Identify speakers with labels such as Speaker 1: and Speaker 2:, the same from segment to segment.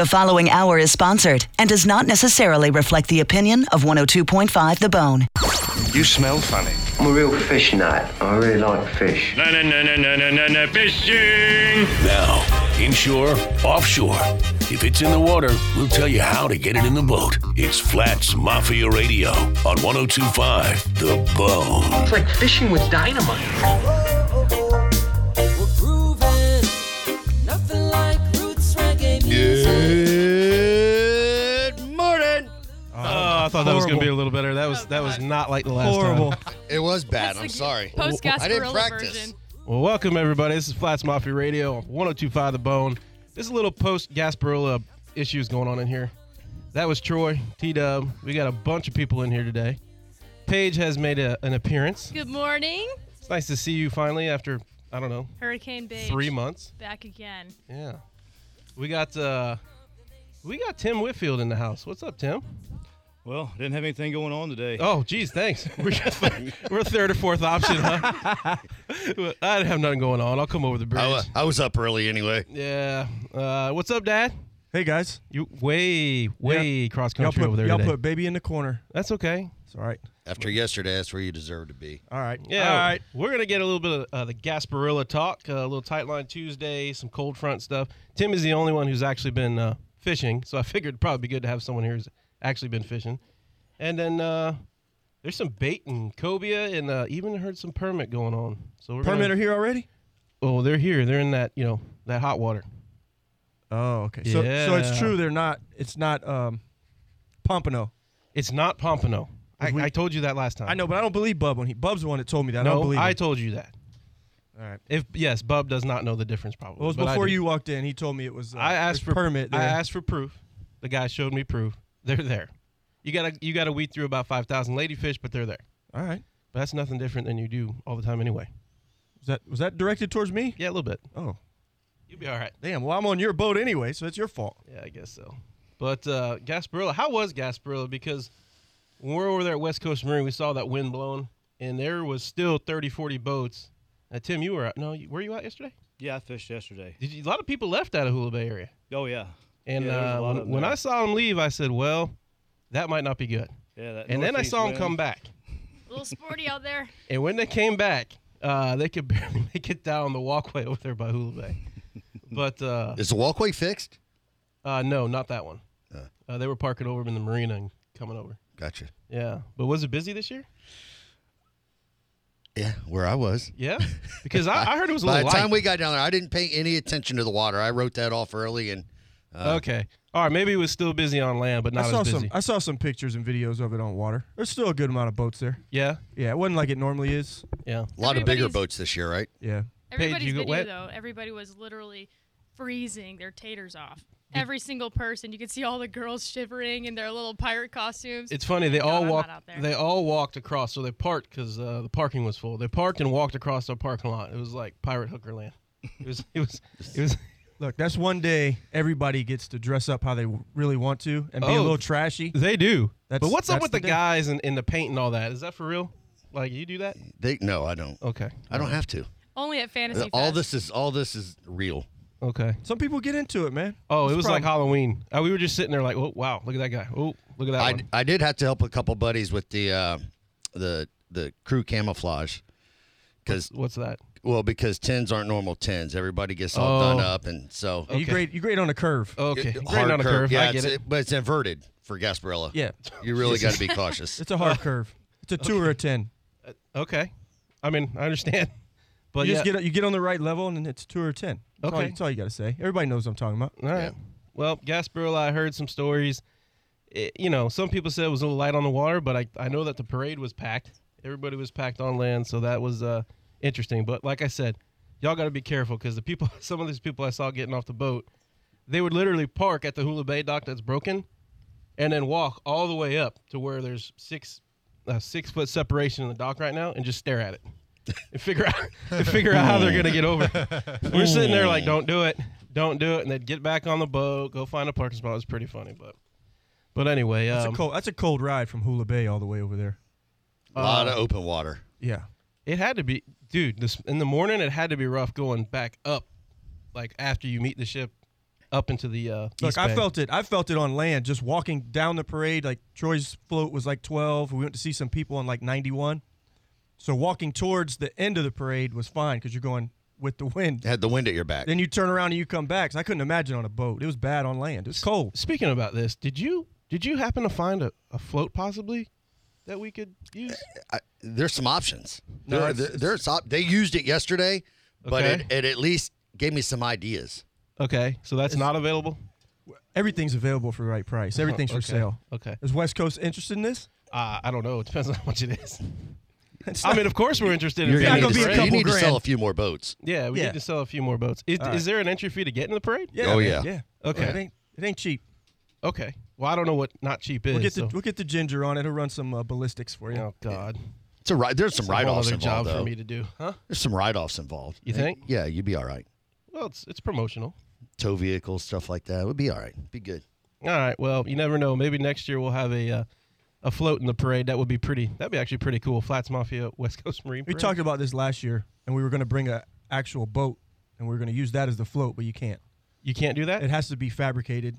Speaker 1: The following hour is sponsored and does not necessarily reflect the opinion of 102.5 The Bone.
Speaker 2: You smell funny.
Speaker 3: I'm a real fish nut. I really like fish.
Speaker 4: No, no, no, no, no, no, no, no, fishing!
Speaker 5: Now, inshore, offshore. If it's in the water, we'll tell you how to get it in the boat. It's Flats Mafia Radio on 1025 The Bone.
Speaker 6: It's like fishing with dynamite.
Speaker 7: Oh,
Speaker 8: Good morning.
Speaker 7: Oh, I thought that was going to be a little better. That was that was not like the last
Speaker 8: Horrible.
Speaker 7: time.
Speaker 9: It was bad. I'm sorry.
Speaker 10: Postcast
Speaker 9: I didn't
Speaker 10: gorilla
Speaker 9: practice.
Speaker 10: version.
Speaker 7: Well, welcome everybody. This is Flats Mafia Radio, 1025 The Bone. There's a little post Gasparilla issues going on in here. That was Troy, T Dub. We got a bunch of people in here today. Paige has made a, an appearance.
Speaker 10: Good morning,
Speaker 7: It's nice to see you finally after, I don't know,
Speaker 10: Hurricane Babe.
Speaker 7: three months.
Speaker 10: Back again.
Speaker 7: Yeah. We got uh we got Tim Whitfield in the house. What's up, Tim?
Speaker 11: Well, didn't have anything going on today.
Speaker 7: Oh, geez, thanks. We're, we're third or fourth option, huh? I have nothing going on. I'll come over the bridge.
Speaker 9: I, wa- I was up early anyway.
Speaker 7: yeah. Uh, what's up, Dad?
Speaker 12: Hey guys,
Speaker 7: You way, way cross
Speaker 12: y'all
Speaker 7: country
Speaker 12: put
Speaker 7: over there
Speaker 12: y'all
Speaker 7: today.
Speaker 12: put baby in the corner.
Speaker 7: That's okay.
Speaker 12: It's all right.
Speaker 9: After yesterday, that's where you deserve to be.
Speaker 12: All right.
Speaker 7: Yeah.
Speaker 12: All right.
Speaker 7: We're gonna get a little bit of uh, the Gasparilla talk, uh, a little tight line Tuesday, some cold front stuff. Tim is the only one who's actually been uh, fishing, so I figured it'd probably be good to have someone here who's actually been fishing. And then uh, there's some bait and cobia, and uh, even heard some permit going on. So we're
Speaker 12: Permit
Speaker 7: gonna,
Speaker 12: are here already.
Speaker 7: Oh, they're here. They're in that you know that hot water.
Speaker 12: Oh, okay. So so
Speaker 7: Yeah.
Speaker 12: it's true. They're not. It's not um, Pompano.
Speaker 7: It's not Pompano. I,
Speaker 12: We-
Speaker 7: I told you that last time.
Speaker 12: I know, but I don't believe Bub when he Bub's the one that told me that. I
Speaker 7: No,
Speaker 12: don't believe.
Speaker 7: I
Speaker 12: him.
Speaker 7: told you that.
Speaker 12: All right.
Speaker 7: If yes, Bub does not know the difference. Probably.
Speaker 12: Well, it was
Speaker 7: but I
Speaker 12: before
Speaker 7: do.
Speaker 12: you walked in. He told me it was. Uh,
Speaker 7: I asked
Speaker 12: there's
Speaker 7: for
Speaker 12: permit.
Speaker 7: I
Speaker 12: there.
Speaker 7: asked for proof. The guy showed me proof. They're there. You gotta you gotta weed through about five thousand ladyfish, but they're there.
Speaker 12: All right.
Speaker 7: But that's nothing different than you do all the time anyway.
Speaker 12: Was that Uh, was that directed towards me?
Speaker 7: Yeah, a little bit.
Speaker 12: Oh,
Speaker 7: You'll be all right.
Speaker 12: damn. Well, I'm on your boat anyway, so it's your fault.
Speaker 7: Yeah, I guess so. But uh, Gasparilla, how was Gasparilla? Because when we were over there at West Coast Marine, we saw that wind blowing, and there was still 30, 40 boats. Now, Tim, you were out. No, you, were you out yesterday?
Speaker 11: Yeah, I fished yesterday.
Speaker 7: Did you, a lot of people left out of Hula Bay area.
Speaker 11: Oh yeah,
Speaker 7: And
Speaker 11: Yeah, there was a
Speaker 7: uh,
Speaker 11: lot of
Speaker 7: when,
Speaker 11: them
Speaker 7: when
Speaker 11: there.
Speaker 7: I saw them leave, I said, well, that might not be good.
Speaker 11: yeah. That
Speaker 7: And then I
Speaker 11: northeast
Speaker 7: saw them
Speaker 11: wind.
Speaker 7: come back.
Speaker 10: A little sporty out there.
Speaker 7: And when they came back, uh, they could barely make it down the walkway over there by Hula Bay. But uh,
Speaker 9: Is the walkway fixed?
Speaker 7: uh, no, not that one.
Speaker 9: Uh.
Speaker 7: Uh, they were parking over in the marina and coming over.
Speaker 9: Gotcha.
Speaker 7: Yeah. But was it busy this year?
Speaker 9: Yeah, where I was.
Speaker 7: Yeah. Because I, I heard it was a
Speaker 9: By
Speaker 7: little
Speaker 9: the
Speaker 7: light.
Speaker 9: time we got down there, I didn't pay any attention to the water. I wrote that off early, and uh,
Speaker 7: okay. All right. Maybe it was still busy on land, but not
Speaker 12: I saw
Speaker 7: as busy.
Speaker 12: some. I saw some pictures and videos of it on water. There's still a good amount of boats there.
Speaker 7: yeah.
Speaker 12: Yeah, it wasn't like it normally is.
Speaker 7: Yeah.
Speaker 9: a lot of bigger
Speaker 10: Everybody's-
Speaker 9: boats this year, right?
Speaker 12: Yeah.
Speaker 10: Everybody's
Speaker 7: you get
Speaker 10: video
Speaker 7: wet?
Speaker 10: though. Everybody was literally freezing their taters off. Every single person. You could see all the girls shivering in their little pirate costumes.
Speaker 7: It's funny. They all
Speaker 10: I'm not
Speaker 7: walked.
Speaker 10: out there.
Speaker 7: They all walked across. So they parked because uh, the parking was full. They parked and walked across the parking lot. It was like pirate hooker land. It was. It was. It was.
Speaker 12: Look, that's one day everybody gets to dress up how they really want to and be a
Speaker 7: Oh.
Speaker 12: little trashy.
Speaker 7: They do.
Speaker 12: That's-
Speaker 7: but what's up
Speaker 12: that's
Speaker 7: with
Speaker 12: the
Speaker 7: the,
Speaker 12: day.
Speaker 7: guys and, and the paint and all that? Is that for real? Like you do that?
Speaker 9: They no, I don't.
Speaker 7: Okay.
Speaker 9: I don't have to.
Speaker 10: Only at Fantasy
Speaker 9: all
Speaker 10: Fest.
Speaker 9: this is all this is real.
Speaker 7: Okay.
Speaker 12: Some people get into it, man.
Speaker 7: Oh,
Speaker 12: It's
Speaker 7: it
Speaker 12: a
Speaker 7: was
Speaker 12: problem.
Speaker 7: like Halloween. Uh, we were just sitting there like, oh wow, look at that guy. Oh, look at that
Speaker 9: I,
Speaker 7: one.
Speaker 9: I did have to help a couple buddies with the uh, the the crew camouflage because
Speaker 7: What's that?
Speaker 9: well because tens aren't normal tens. Everybody gets all
Speaker 7: Oh.
Speaker 9: done up, and so
Speaker 12: You
Speaker 7: Okay. Oh.
Speaker 12: grade you grade on a curve.
Speaker 7: Okay.
Speaker 9: It-
Speaker 7: Great on a curve.
Speaker 9: Yeah,
Speaker 7: I get
Speaker 9: it's,
Speaker 7: it.
Speaker 9: but it's inverted for Gasparilla.
Speaker 12: Yeah.
Speaker 9: you really got to be cautious.
Speaker 12: It's a hard curve. It's a two or a ten.
Speaker 7: Okay. I mean, I understand. But
Speaker 12: You
Speaker 7: Oh, yeah.
Speaker 12: just get you get on the right level and then it's two or a ten. That's all,
Speaker 7: Okay.
Speaker 12: that's all you gotta say. Everybody knows what I'm talking about.
Speaker 7: all right.
Speaker 9: Yeah.
Speaker 7: Well, Gasparilla, I heard some stories. It- you know, some people said it was a little light on the water, but I, I know that the parade was packed. Everybody was packed on land, so that was uh, interesting. But like I said, y'all got to be careful because the people, some of these people I saw getting off the boat, they would literally park at the Hula Bay dock that's broken, and then walk all the way up to where there's six uh, six foot separation in the dock right now, and just stare at it and figure out and figure out how they're gonna get over. it. We're sitting there like, don't do it, don't do it, and they'd get back on the boat, go find a parking spot. It was pretty funny, but but anyway,
Speaker 12: That's
Speaker 7: um,
Speaker 12: a cold that's a cold ride from Hula Bay all the way over there.
Speaker 9: a lot of open water.
Speaker 12: Yeah.
Speaker 7: it had to be, dude. This in the morning, it had to be rough going back up, like after you meet the ship up into the uh,
Speaker 12: Look,
Speaker 7: East
Speaker 12: I
Speaker 7: Bay.
Speaker 12: felt it. I felt it on land, just walking down the parade. Like Troy's float was like 12. We went to see some people on like 91. So walking towards the end of the parade was fine because you're going with the wind.
Speaker 9: Had the wind at your back.
Speaker 12: Then you turn around and you come back. 'Cause I couldn't imagine on a boat. It was bad on land. It was cold.
Speaker 7: Speaking about this, did you did you happen to find a, a float possibly that we could use?
Speaker 9: I, there's some options.
Speaker 7: No,
Speaker 9: there,
Speaker 7: it's-
Speaker 9: there- there's op- they used it yesterday, but
Speaker 7: Okay.
Speaker 9: it, it at least gave me some ideas.
Speaker 7: Okay, so that's not available.
Speaker 12: Everything's available for the right price. Everything's for
Speaker 7: Okay,
Speaker 12: sale.
Speaker 7: okay.
Speaker 12: Is West Coast interested in this?
Speaker 7: Uh, I don't know. It depends on how much it is. I mean, of course we're interested in
Speaker 9: You're
Speaker 12: not
Speaker 7: being
Speaker 9: gonna
Speaker 12: gonna be a
Speaker 9: need to sell-
Speaker 7: parade.
Speaker 12: couple
Speaker 9: you need to sell
Speaker 12: grand.
Speaker 9: a few more boats.
Speaker 7: Yeah, we
Speaker 12: Yeah.
Speaker 7: need to sell a few more boats. Is,
Speaker 12: All right.
Speaker 7: is there an entry fee to get in the parade?
Speaker 12: Yeah.
Speaker 9: Oh,
Speaker 12: man,
Speaker 9: yeah.
Speaker 12: Yeah.
Speaker 7: Okay.
Speaker 12: It ain't, it ain't cheap.
Speaker 7: Okay. Well, I don't know what not cheap is.
Speaker 12: We'll get the
Speaker 7: so-
Speaker 12: we'll get the ginger on it. He'll run some uh, ballistics for you.
Speaker 7: oh God,
Speaker 9: It's a ri- there's some
Speaker 7: It's a whole
Speaker 9: write offs
Speaker 7: other job
Speaker 9: involved. Though.
Speaker 7: for me to do, huh?
Speaker 9: There's some write offs involved.
Speaker 7: You think?
Speaker 9: Yeah, you'd be all right.
Speaker 7: Well, it's it's promotional.
Speaker 9: Tow vehicles, stuff like that. It would be all right. Be good.
Speaker 7: All right. Well, you never know. Maybe next year we'll have a uh, a float in the parade. That would be pretty. That'd be actually pretty cool. Flats Mafia West Coast Marine.
Speaker 12: We
Speaker 7: Parade.
Speaker 12: talked about this last year, and we were going to bring a actual boat, and we were going to use that as the float, but you can't.
Speaker 7: You can't do that.
Speaker 12: It has to be fabricated.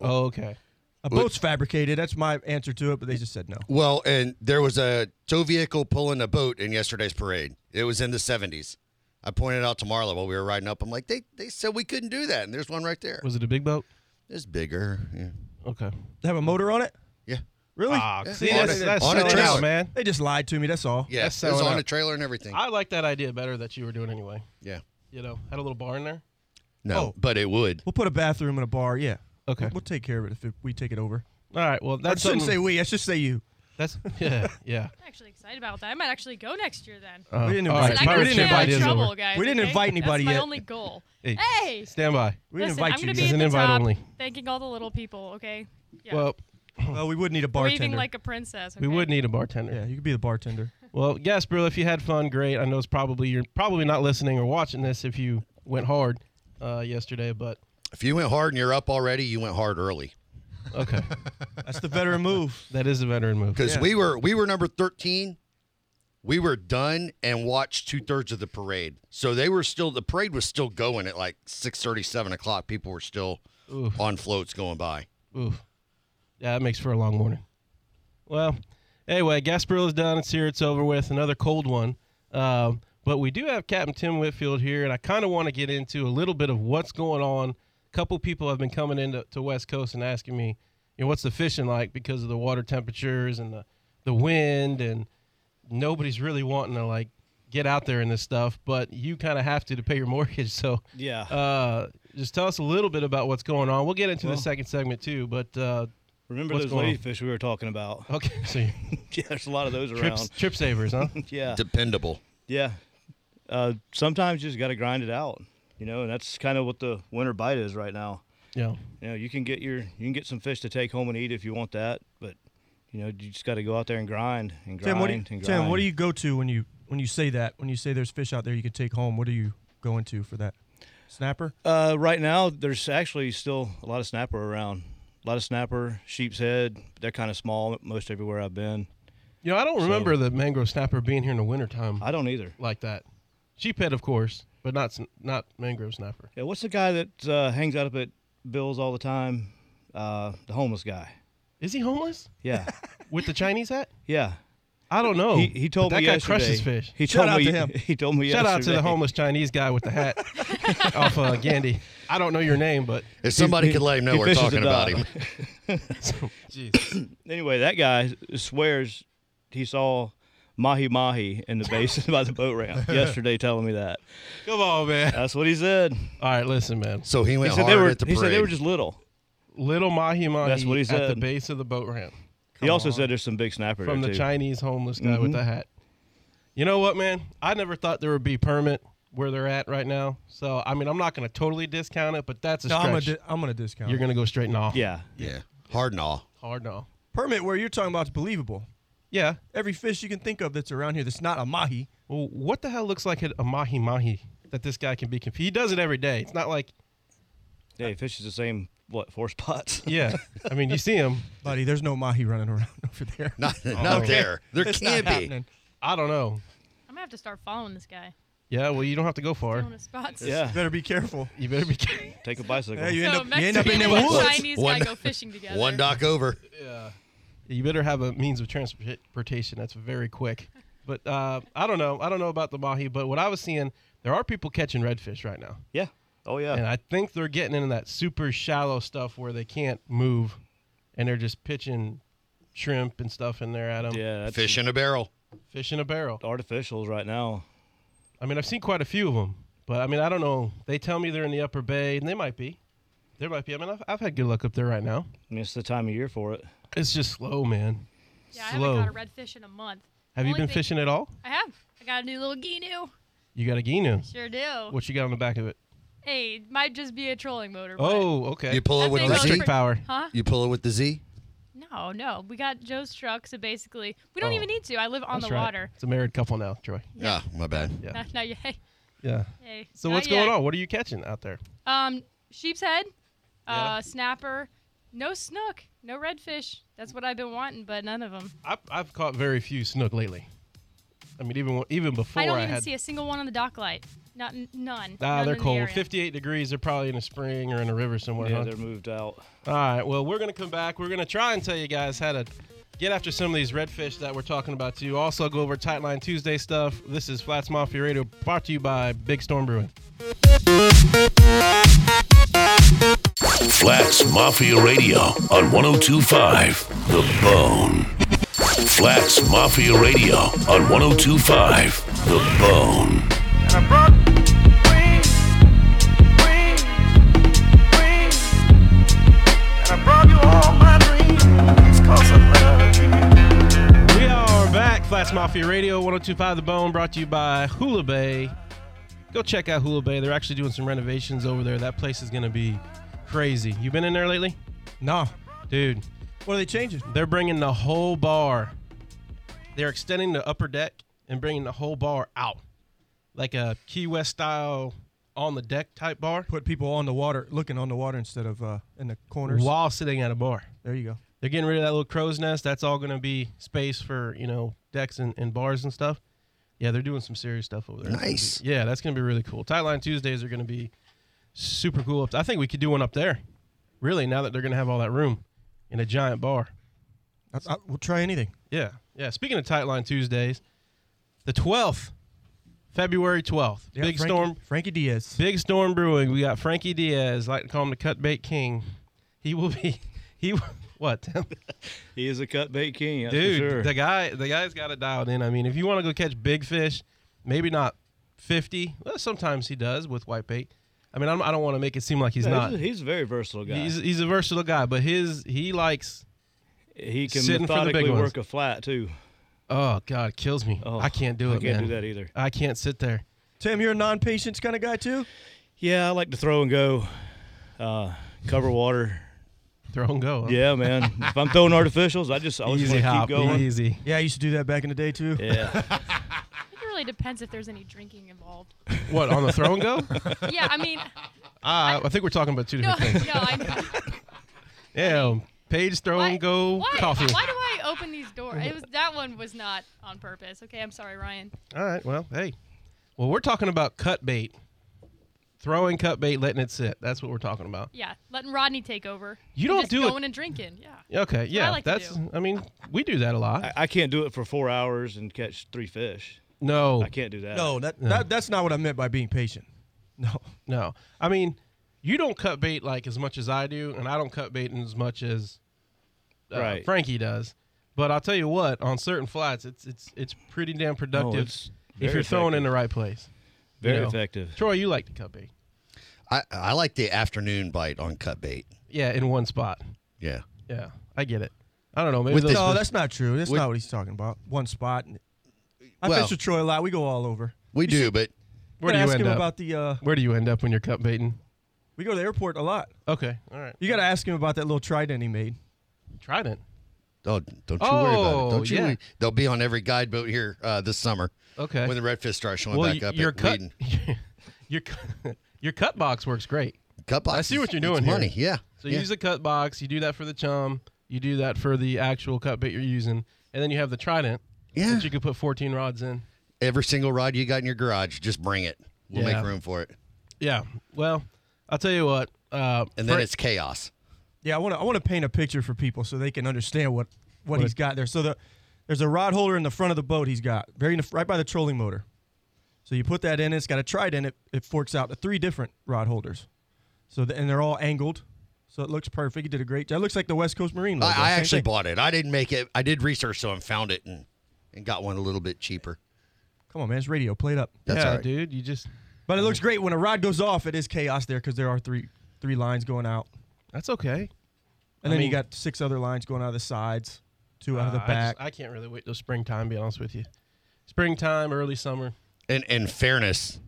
Speaker 7: oh, okay.
Speaker 12: A
Speaker 9: Well,
Speaker 12: boat's fabricated. That's my answer to it, but they just said no.
Speaker 9: Well, and there was a tow vehicle pulling a boat in yesterday's parade. It was in the 70s. I pointed out to Marla while we were riding up. I'm like, they, they said we couldn't do that. And there's one right there.
Speaker 7: Was it a big boat?
Speaker 9: It's bigger. Yeah.
Speaker 7: Okay.
Speaker 12: They have a motor on it?
Speaker 9: Yeah.
Speaker 12: Really?
Speaker 7: Ah, see,
Speaker 9: On
Speaker 7: that's,
Speaker 9: a-
Speaker 7: that's
Speaker 9: on a
Speaker 7: selling
Speaker 9: trailer.
Speaker 7: out, man.
Speaker 12: They just lied to me. That's all.
Speaker 9: Yeah.
Speaker 7: That's
Speaker 9: it was
Speaker 7: selling
Speaker 9: on
Speaker 7: out.
Speaker 9: a trailer and everything.
Speaker 7: I Oh. like that idea better that you were doing anyway.
Speaker 9: yeah.
Speaker 7: You know, had a little barn there.
Speaker 9: No,
Speaker 12: Oh.
Speaker 9: but it would.
Speaker 12: We'll put a bathroom and a bar. Yeah.
Speaker 7: Okay.
Speaker 12: We'll, we'll take care of it if it, we take it over.
Speaker 7: All right. Well, that's
Speaker 12: I shouldn't
Speaker 7: something-
Speaker 12: say we. I should say you.
Speaker 7: That's yeah, yeah.
Speaker 10: I'm actually excited about that. I might actually go next year then.
Speaker 7: Uh,
Speaker 12: We didn't
Speaker 7: all
Speaker 12: invite- Right,
Speaker 10: And I
Speaker 12: we
Speaker 10: gotta
Speaker 7: pirate
Speaker 12: didn't
Speaker 10: stay
Speaker 7: ship
Speaker 10: out
Speaker 12: invite
Speaker 10: of
Speaker 7: idea's
Speaker 10: trouble,
Speaker 7: over.
Speaker 10: guys.
Speaker 12: We didn't
Speaker 10: okay?
Speaker 12: invite anybody
Speaker 10: That's my
Speaker 12: yet.
Speaker 10: only goal.
Speaker 7: Hey,
Speaker 10: Hey,
Speaker 7: Stand by.
Speaker 12: We didn't
Speaker 10: listen,
Speaker 12: invite
Speaker 10: I'm
Speaker 12: you.
Speaker 10: gonna be
Speaker 12: yet.
Speaker 7: As
Speaker 10: at
Speaker 7: an
Speaker 10: the
Speaker 7: invite
Speaker 10: top,
Speaker 7: only.
Speaker 10: thanking all the little people. Okay. Yeah.
Speaker 7: Well,
Speaker 12: well, Oh, we would need a
Speaker 10: Breathing
Speaker 12: bartender.
Speaker 10: like a princess.
Speaker 7: we
Speaker 10: okay?
Speaker 7: would need a bartender.
Speaker 12: yeah, you could be the bartender.
Speaker 7: Well, yes, Brill, if you had fun, great. I know it's probably you're probably not listening or watching this if you went hard uh, yesterday, but
Speaker 9: If you went hard and you're up already, you went hard early.
Speaker 7: okay,
Speaker 12: That's the veteran move.
Speaker 7: that is a veteran move.
Speaker 9: Because we were we were number 13. We were done and watched two thirds of the parade. So they were still the parade was still going at like six thirty, seven o'clock. People were still
Speaker 7: Oof.
Speaker 9: on floats going by.
Speaker 7: Oof. Yeah, that makes for a long morning. Well, anyway, Gasparilla is done. It's here. It's over with. Another cold one. Um, but we do have Captain Tim Whitfield here, and I kind of want to get into a little bit of what's going on. A couple people have been coming into to West Coast and asking me, you know, what's the fishing like because of the water temperatures and the, the wind, and nobody's really wanting to like get out there in this stuff. But you kind of have to to pay your mortgage, so
Speaker 11: Yeah.
Speaker 7: uh, just tell us a little bit about what's going on. We'll get into the
Speaker 11: Well-
Speaker 7: second segment too, but uh,
Speaker 11: Remember
Speaker 7: what's
Speaker 11: those
Speaker 7: going on?
Speaker 11: ladyfish we were talking about?
Speaker 7: okay, so you-
Speaker 11: yeah, there's a lot of those
Speaker 7: trip
Speaker 11: around.
Speaker 7: trip savers, huh?
Speaker 11: Yeah.
Speaker 9: Dependable.
Speaker 11: Yeah. Uh, sometimes you just got to grind it out, you know, and that's kind of what the winter bite is right now.
Speaker 7: yeah,
Speaker 11: You know, you can get your you can get some fish to take home and eat if you want that, but you know, you just got to go out there and grind and grind
Speaker 12: Tim, what do you,
Speaker 11: and grind.
Speaker 12: Tim, what do you go to when you when you say that? When you say there's fish out there you can take home, what are you going to for that? Snapper?
Speaker 11: Uh, right now, there's actually still a lot of snapper around. A lot of snapper, sheep's head. They're kind of small most everywhere I've been.
Speaker 7: you know I don't remember the mangrove snapper being here in the wintertime
Speaker 11: I don't either.
Speaker 7: like that. Sheephead, of course, but not sn- not mangrove snapper.
Speaker 11: Yeah, what's the guy that uh, hangs out up at Bill's all the time? Uh, the homeless guy.
Speaker 7: Is he homeless
Speaker 11: Yeah,
Speaker 7: with the Chinese hat?
Speaker 11: yeah.
Speaker 7: I don't know.
Speaker 11: He, he told
Speaker 7: but
Speaker 11: me
Speaker 7: that guy
Speaker 11: yesterday.
Speaker 7: crushes fish.
Speaker 11: He
Speaker 12: Shout
Speaker 11: told
Speaker 12: out
Speaker 11: me.
Speaker 12: to him.
Speaker 11: He told me.
Speaker 7: Shout out to the
Speaker 11: yesterday.
Speaker 7: homeless Chinese guy with the hat off uh, Gandhi. I don't know your name, but
Speaker 9: If somebody
Speaker 11: he-
Speaker 9: could let him know
Speaker 11: he
Speaker 9: we're
Speaker 11: fishes
Speaker 9: talking
Speaker 11: a
Speaker 9: about
Speaker 11: dog.
Speaker 9: him.
Speaker 11: Anyway, that guy swears he saw mahi mahi in the basin by the boat ramp yesterday, telling me that.
Speaker 7: come on, man.
Speaker 11: That's what he said.
Speaker 7: All right, listen, man.
Speaker 9: So he
Speaker 11: He
Speaker 9: went
Speaker 11: said
Speaker 9: hard
Speaker 11: they were.
Speaker 9: at the
Speaker 11: he
Speaker 9: parade.
Speaker 11: said they were just little.
Speaker 7: Little mahi mahi
Speaker 11: That's what he
Speaker 7: at the
Speaker 11: said.
Speaker 7: base of the boat ramp.
Speaker 11: he also said there's some big snapper
Speaker 7: from
Speaker 11: there
Speaker 7: the
Speaker 11: too.
Speaker 7: Chinese homeless guy with
Speaker 11: Mhm.
Speaker 7: the hat. You know what, man? I never thought there would be permit where they're at right now. So I mean, I'm not going to totally discount it, but that's a
Speaker 12: No, I'm gonna
Speaker 7: stretch.
Speaker 12: di- I'm gonna discount.
Speaker 7: You're going to go straight and off.
Speaker 11: Yeah.
Speaker 9: yeah. Hard and all.
Speaker 7: hard no.
Speaker 12: permit where you're talking about is believable.
Speaker 7: Yeah.
Speaker 12: Every fish you can think of that's around here that's not a mahi.
Speaker 7: Well, what the hell looks like a mahi mahi that this guy can be confused? He does it every day. It's not like
Speaker 11: Hey, fish is the same. What four spots?
Speaker 7: yeah. I mean, you see him.
Speaker 12: Buddy, there's no mahi running around over there.
Speaker 11: Oh.
Speaker 9: Not, not there. There
Speaker 12: It's not
Speaker 9: can be.
Speaker 12: happening.
Speaker 7: I don't know.
Speaker 10: I'm gonna have to start following this guy.
Speaker 7: Yeah, well, you don't have to go far.
Speaker 10: on a spot.
Speaker 12: Yeah. Better be careful.
Speaker 7: You better be careful.
Speaker 11: Take a bicycle.
Speaker 7: Yeah, you end
Speaker 10: So
Speaker 7: up, you end up in the
Speaker 10: Mexican and
Speaker 7: woods.
Speaker 10: Chinese One- gotta go fishing together. one
Speaker 9: dock over.
Speaker 7: Yeah. You better have a means of transportation that's very quick. But uh, I don't know. I don't know about the mahi, but what I was seeing, there are people catching redfish right now.
Speaker 11: Yeah. Oh yeah.
Speaker 7: And I think they're getting into that super shallow stuff where they can't move, and they're just pitching shrimp and stuff in there at them.
Speaker 11: Yeah,
Speaker 9: Fish in a barrel.
Speaker 7: Fish in a barrel.
Speaker 11: Artificials right now.
Speaker 7: I mean, I've seen quite a few of them, but I mean, I don't know. They tell me they're in the upper bay, and they might be. There might be. I mean, I've, I've had good luck up there right now.
Speaker 11: I mean, it's the time of year for it.
Speaker 7: It's just slow, man.
Speaker 10: Yeah,
Speaker 7: slow.
Speaker 10: I haven't caught a redfish in a month.
Speaker 7: Have you
Speaker 10: Only
Speaker 7: been
Speaker 10: thing-
Speaker 7: fishing at all?
Speaker 10: I have. I got a new little ginu.
Speaker 7: You got a ginu.
Speaker 10: Sure do.
Speaker 7: What you got on the back of it?
Speaker 10: Hey, it might just be a trolling motor. but-
Speaker 7: Oh, okay.
Speaker 9: You pull it
Speaker 10: That
Speaker 9: with
Speaker 10: thing
Speaker 9: the
Speaker 10: goes
Speaker 9: Z
Speaker 10: pretty- Huh?
Speaker 9: You pull it with the Z.
Speaker 10: No, no. We got Joe's truck, so basically we don't
Speaker 7: Oh.
Speaker 10: even need to. I live on
Speaker 7: That's
Speaker 10: the
Speaker 7: right.
Speaker 10: water.
Speaker 7: It's a married couple now, Troy.
Speaker 9: Yeah, Ah, my bad.
Speaker 7: Yeah.
Speaker 10: Not, not yet.
Speaker 7: Yeah.
Speaker 10: Hey,
Speaker 7: So
Speaker 10: not
Speaker 7: what's going
Speaker 10: yet.
Speaker 7: on? What are you catching out there?
Speaker 10: Um, sheep's head,
Speaker 7: Yeah.
Speaker 10: uh, snapper, no snook, no redfish. That's what I've been wanting, but none of them.
Speaker 7: I've, I've caught very few snook lately. I mean, even even before
Speaker 10: I
Speaker 7: I,
Speaker 10: don't even
Speaker 7: had.
Speaker 10: see a single one on the dock light. Not n- none.
Speaker 7: Ah,
Speaker 10: None
Speaker 7: they're
Speaker 10: in the
Speaker 7: cold.
Speaker 10: area.
Speaker 7: 58 degrees. They're probably in a spring or in a river somewhere.
Speaker 11: Yeah,
Speaker 7: huh?
Speaker 11: they're moved out.
Speaker 7: All right. Well, we're going to come back. We're going to try and tell you guys how to get after some of these redfish that we're talking about to you. Also, go over Tightline Tuesday stuff. This is Flats Mafia Radio, brought to you by Big Storm Brewing.
Speaker 5: Flats Mafia Radio on 1025 The Bone. Flats Mafia Radio on 1025 The Bone.
Speaker 7: We are back. Flats Mafia Radio, 1025 The Bone, brought to you by Hula Bay. Go check out Hula Bay. They're actually doing some renovations over there. That place is going to be crazy. You been in there lately?
Speaker 12: No.
Speaker 7: Dude,
Speaker 12: What are they changing?
Speaker 7: they're bringing the whole bar. They're extending the upper deck and bringing the whole bar out. Like a Key West style on the deck type bar
Speaker 12: Put people on the water, looking on the water instead of uh, in the corners.
Speaker 7: while sitting at a bar.
Speaker 12: There you go.
Speaker 7: They're getting rid of that little crow's nest. That's all going to be space for, you know, decks and, and bars and stuff. Yeah, they're doing some serious stuff over there.
Speaker 9: Nice.
Speaker 7: Yeah, that's going to be really cool. Tightline Tuesdays are going to be super cool. up- I think we could do one up there, really, now that they're going to have all that room in a giant bar.
Speaker 12: I, I, we'll try anything.
Speaker 7: Yeah, yeah. Speaking of Tightline Tuesdays, the 12th, February 12th,
Speaker 12: Yeah,
Speaker 7: Big
Speaker 12: Frankie-
Speaker 7: Storm
Speaker 12: Frankie Diaz.
Speaker 7: Big Storm Brewing. We got Frankie Diaz, like to call him the Cutbait King. He will be, he, will- what, Tim?
Speaker 11: He is a cut bait king. That's
Speaker 7: dude
Speaker 11: for sure.
Speaker 7: the guy the guy's got it dialed in i mean if you want to go catch big fish maybe not 50 well sometimes he does with white bait i mean I'm, i don't want to make it seem like he's
Speaker 11: Yeah,
Speaker 7: not
Speaker 11: a- he's a very versatile guy.
Speaker 7: he's, he's a versatile guy but his he likes
Speaker 11: he can
Speaker 7: sitting for the big
Speaker 11: methodically
Speaker 7: ones.
Speaker 11: work a flat too.
Speaker 7: oh god it kills me
Speaker 11: Oh,
Speaker 7: i can't do
Speaker 11: I
Speaker 7: it
Speaker 11: can't
Speaker 7: man.
Speaker 11: do that either.
Speaker 7: i can't sit there
Speaker 12: Tim, you're a non-patience kind of guy too.
Speaker 11: Yeah, I like to throw and go, uh, cover water.
Speaker 7: throw and go huh?
Speaker 11: Yeah, man. if I'm throwing artificials, I just always
Speaker 7: easy
Speaker 11: want to
Speaker 7: hop
Speaker 11: keep going.
Speaker 7: easy
Speaker 12: Yeah, I used to do that back in the day too.
Speaker 11: Yeah,
Speaker 10: I think it really depends if there's any drinking involved.
Speaker 7: what on the throw and go
Speaker 10: yeah, I mean,
Speaker 7: uh, i think we're talking about two
Speaker 10: no,
Speaker 7: different
Speaker 10: no.
Speaker 7: things
Speaker 10: I,
Speaker 7: yeah Paige throw
Speaker 10: why,
Speaker 7: and go
Speaker 10: why,
Speaker 7: coffee.
Speaker 10: Why do I open these doors? It was that one was not on purpose. Okay, I'm sorry, Ryan.
Speaker 7: All right. Well, hey. Well, we're talking about cut bait, throwing cut bait, letting it sit. That's what we're talking about.
Speaker 10: Yeah, letting Rodney take over.
Speaker 7: You
Speaker 10: and
Speaker 7: don't
Speaker 10: just
Speaker 7: do it-
Speaker 10: going and drinking. Yeah.
Speaker 7: Okay,
Speaker 10: what I
Speaker 7: yeah,
Speaker 10: like to
Speaker 7: that's.
Speaker 10: do.
Speaker 7: I mean, we do that a lot.
Speaker 11: I, I can't do it for four hours and catch three fish.
Speaker 7: no,
Speaker 11: I can't do that.
Speaker 12: No, that, that that's not what I meant by being patient. No.
Speaker 7: no. I mean, you don't cut bait like as much as I do, and I don't cut bait as much as uh,
Speaker 11: Right.
Speaker 7: Frankie does. But I'll tell you what, on certain flats, it's it's it's pretty damn productive
Speaker 11: Oh, it's
Speaker 7: if
Speaker 11: very
Speaker 7: you're throwing
Speaker 11: effective.
Speaker 7: in the right place. you
Speaker 11: very
Speaker 7: know.
Speaker 11: effective.
Speaker 7: Troy, you like to cut bait,
Speaker 9: I, I like the afternoon bite on cut bait.
Speaker 7: yeah, in one spot.
Speaker 9: Yeah.
Speaker 7: Yeah, I get it. I don't know. Maybe
Speaker 9: With
Speaker 7: those,
Speaker 9: this-
Speaker 12: No, Oh, that's not true. That's
Speaker 9: Would-
Speaker 12: not what he's talking about. One spot. and- I
Speaker 9: Well-
Speaker 12: fish with Troy a lot. We go all over.
Speaker 9: We do, but
Speaker 7: where
Speaker 12: Gotta
Speaker 7: do you
Speaker 12: ask
Speaker 7: end
Speaker 12: him
Speaker 7: up?
Speaker 12: about the. Uh,
Speaker 7: where do you end up when you're cut baiting?
Speaker 12: we go to the airport a lot.
Speaker 7: Okay, all right.
Speaker 12: You got to ask him about that little trident he made.
Speaker 7: Trident.
Speaker 9: oh, don't you worry about
Speaker 7: Oh,
Speaker 9: it. Don't you?
Speaker 7: yeah.
Speaker 9: worry. They'll be on every guide boat here uh, this summer
Speaker 7: Okay.
Speaker 9: when the redfish start showing
Speaker 7: well,
Speaker 9: back
Speaker 7: y-
Speaker 9: up.
Speaker 7: your
Speaker 9: at
Speaker 7: cut,
Speaker 9: Whedon.
Speaker 7: your cut- your cut box works great.
Speaker 9: cut box.
Speaker 7: I see
Speaker 9: is-
Speaker 7: what you're
Speaker 9: it's
Speaker 7: doing here.
Speaker 9: Money, yeah.
Speaker 7: So you
Speaker 9: yeah.
Speaker 7: use a cut box. You do that for the chum. You do that for the actual cut bait you're using, and then you have the trident
Speaker 9: Yeah.
Speaker 7: that you could put 14 rods in.
Speaker 9: Every single rod you got in your garage, just bring it. We'll
Speaker 7: Yeah.
Speaker 9: make room for it.
Speaker 7: Yeah. Well, I'll tell you what. Uh,
Speaker 9: And then it's chaos.
Speaker 12: Yeah, I want to I want to paint a picture for people so they can understand what, what he's got there. So the there's a rod holder in the front of the boat he's got, very in the, right by the trolling motor. So you put that in, it's got a tride in it. It forks out to three different rod holders. So the, and they're all angled, so it looks perfect. He did a great job. It looks like the West Coast Marine.
Speaker 7: Oh,
Speaker 12: Logo.
Speaker 9: I, I
Speaker 12: Same
Speaker 9: actually
Speaker 12: thing.
Speaker 9: bought it. I didn't make it. I did research, so I found it and, and got one a little bit cheaper.
Speaker 12: Come on, man, it's radio. Play it up.
Speaker 9: That's
Speaker 7: yeah,
Speaker 9: all right.
Speaker 7: dude. You just
Speaker 12: But it looks great when a rod goes off. It is chaos there because there are three three lines going out,
Speaker 7: that's okay.
Speaker 12: and
Speaker 7: I
Speaker 12: then
Speaker 7: mean-
Speaker 12: you got six other lines going out of the sides, two out of the
Speaker 7: Uh, I just-
Speaker 12: back.
Speaker 7: I, can't really wait till springtime. Be honest with you, springtime, early summer.
Speaker 9: In, in fairness,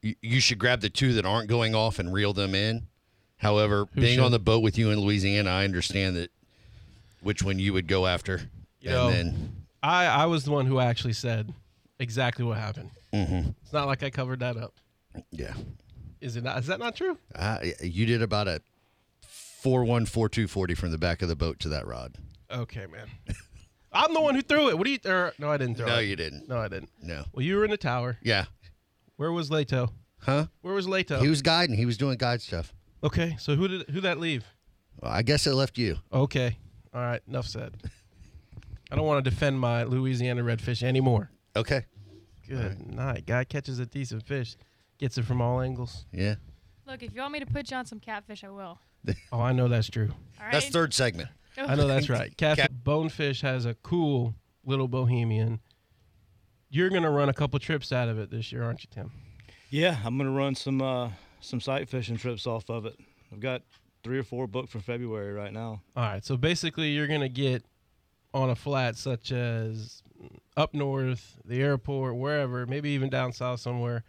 Speaker 9: you, you should grab the two that aren't going off and reel them in. However, being
Speaker 7: should?
Speaker 9: on the boat with you in Louisiana, I understand that which one you would go after.
Speaker 7: You
Speaker 9: and
Speaker 7: know,
Speaker 9: then
Speaker 7: I I was the one who actually said exactly what happened.
Speaker 9: Mm-hmm.
Speaker 7: It's not like I covered that up.
Speaker 9: yeah,
Speaker 7: Is it not? Is that not true?
Speaker 9: I, you did about a four one four two forty from the back of the boat to that rod.
Speaker 7: Okay, man. I'm the one who threw it. What do you? Or, no, I didn't throw it.
Speaker 9: No, you didn't.
Speaker 7: No, I didn't.
Speaker 9: No.
Speaker 7: Well, you were in the tower.
Speaker 9: Yeah.
Speaker 7: Where was Leto?
Speaker 9: Huh?
Speaker 7: Where was Leto?
Speaker 9: He was guiding. He was doing guide stuff.
Speaker 7: okay. So who did who that leave?
Speaker 9: Well, I guess it left you.
Speaker 7: Okay. All right. Enough said. I don't want to defend my Louisiana redfish anymore.
Speaker 9: Okay.
Speaker 7: Good night. Guy catches a decent fish, gets it from all angles.
Speaker 9: Yeah.
Speaker 10: Look, if you want me to put you on some catfish, I will.
Speaker 7: Oh, I know that's true.
Speaker 10: All right.
Speaker 9: That's third segment.
Speaker 7: I know that's right. Cat, bonefish has a cool little bohemian. You're gonna run a couple trips out of it this year, aren't you, Tim?
Speaker 11: Yeah, I'm gonna run some uh, some sight fishing trips off of it. I've got three or four booked for February right now.
Speaker 7: All right. So basically, you're gonna get on a flat such as up north, the airport, wherever, maybe even down south somewhere.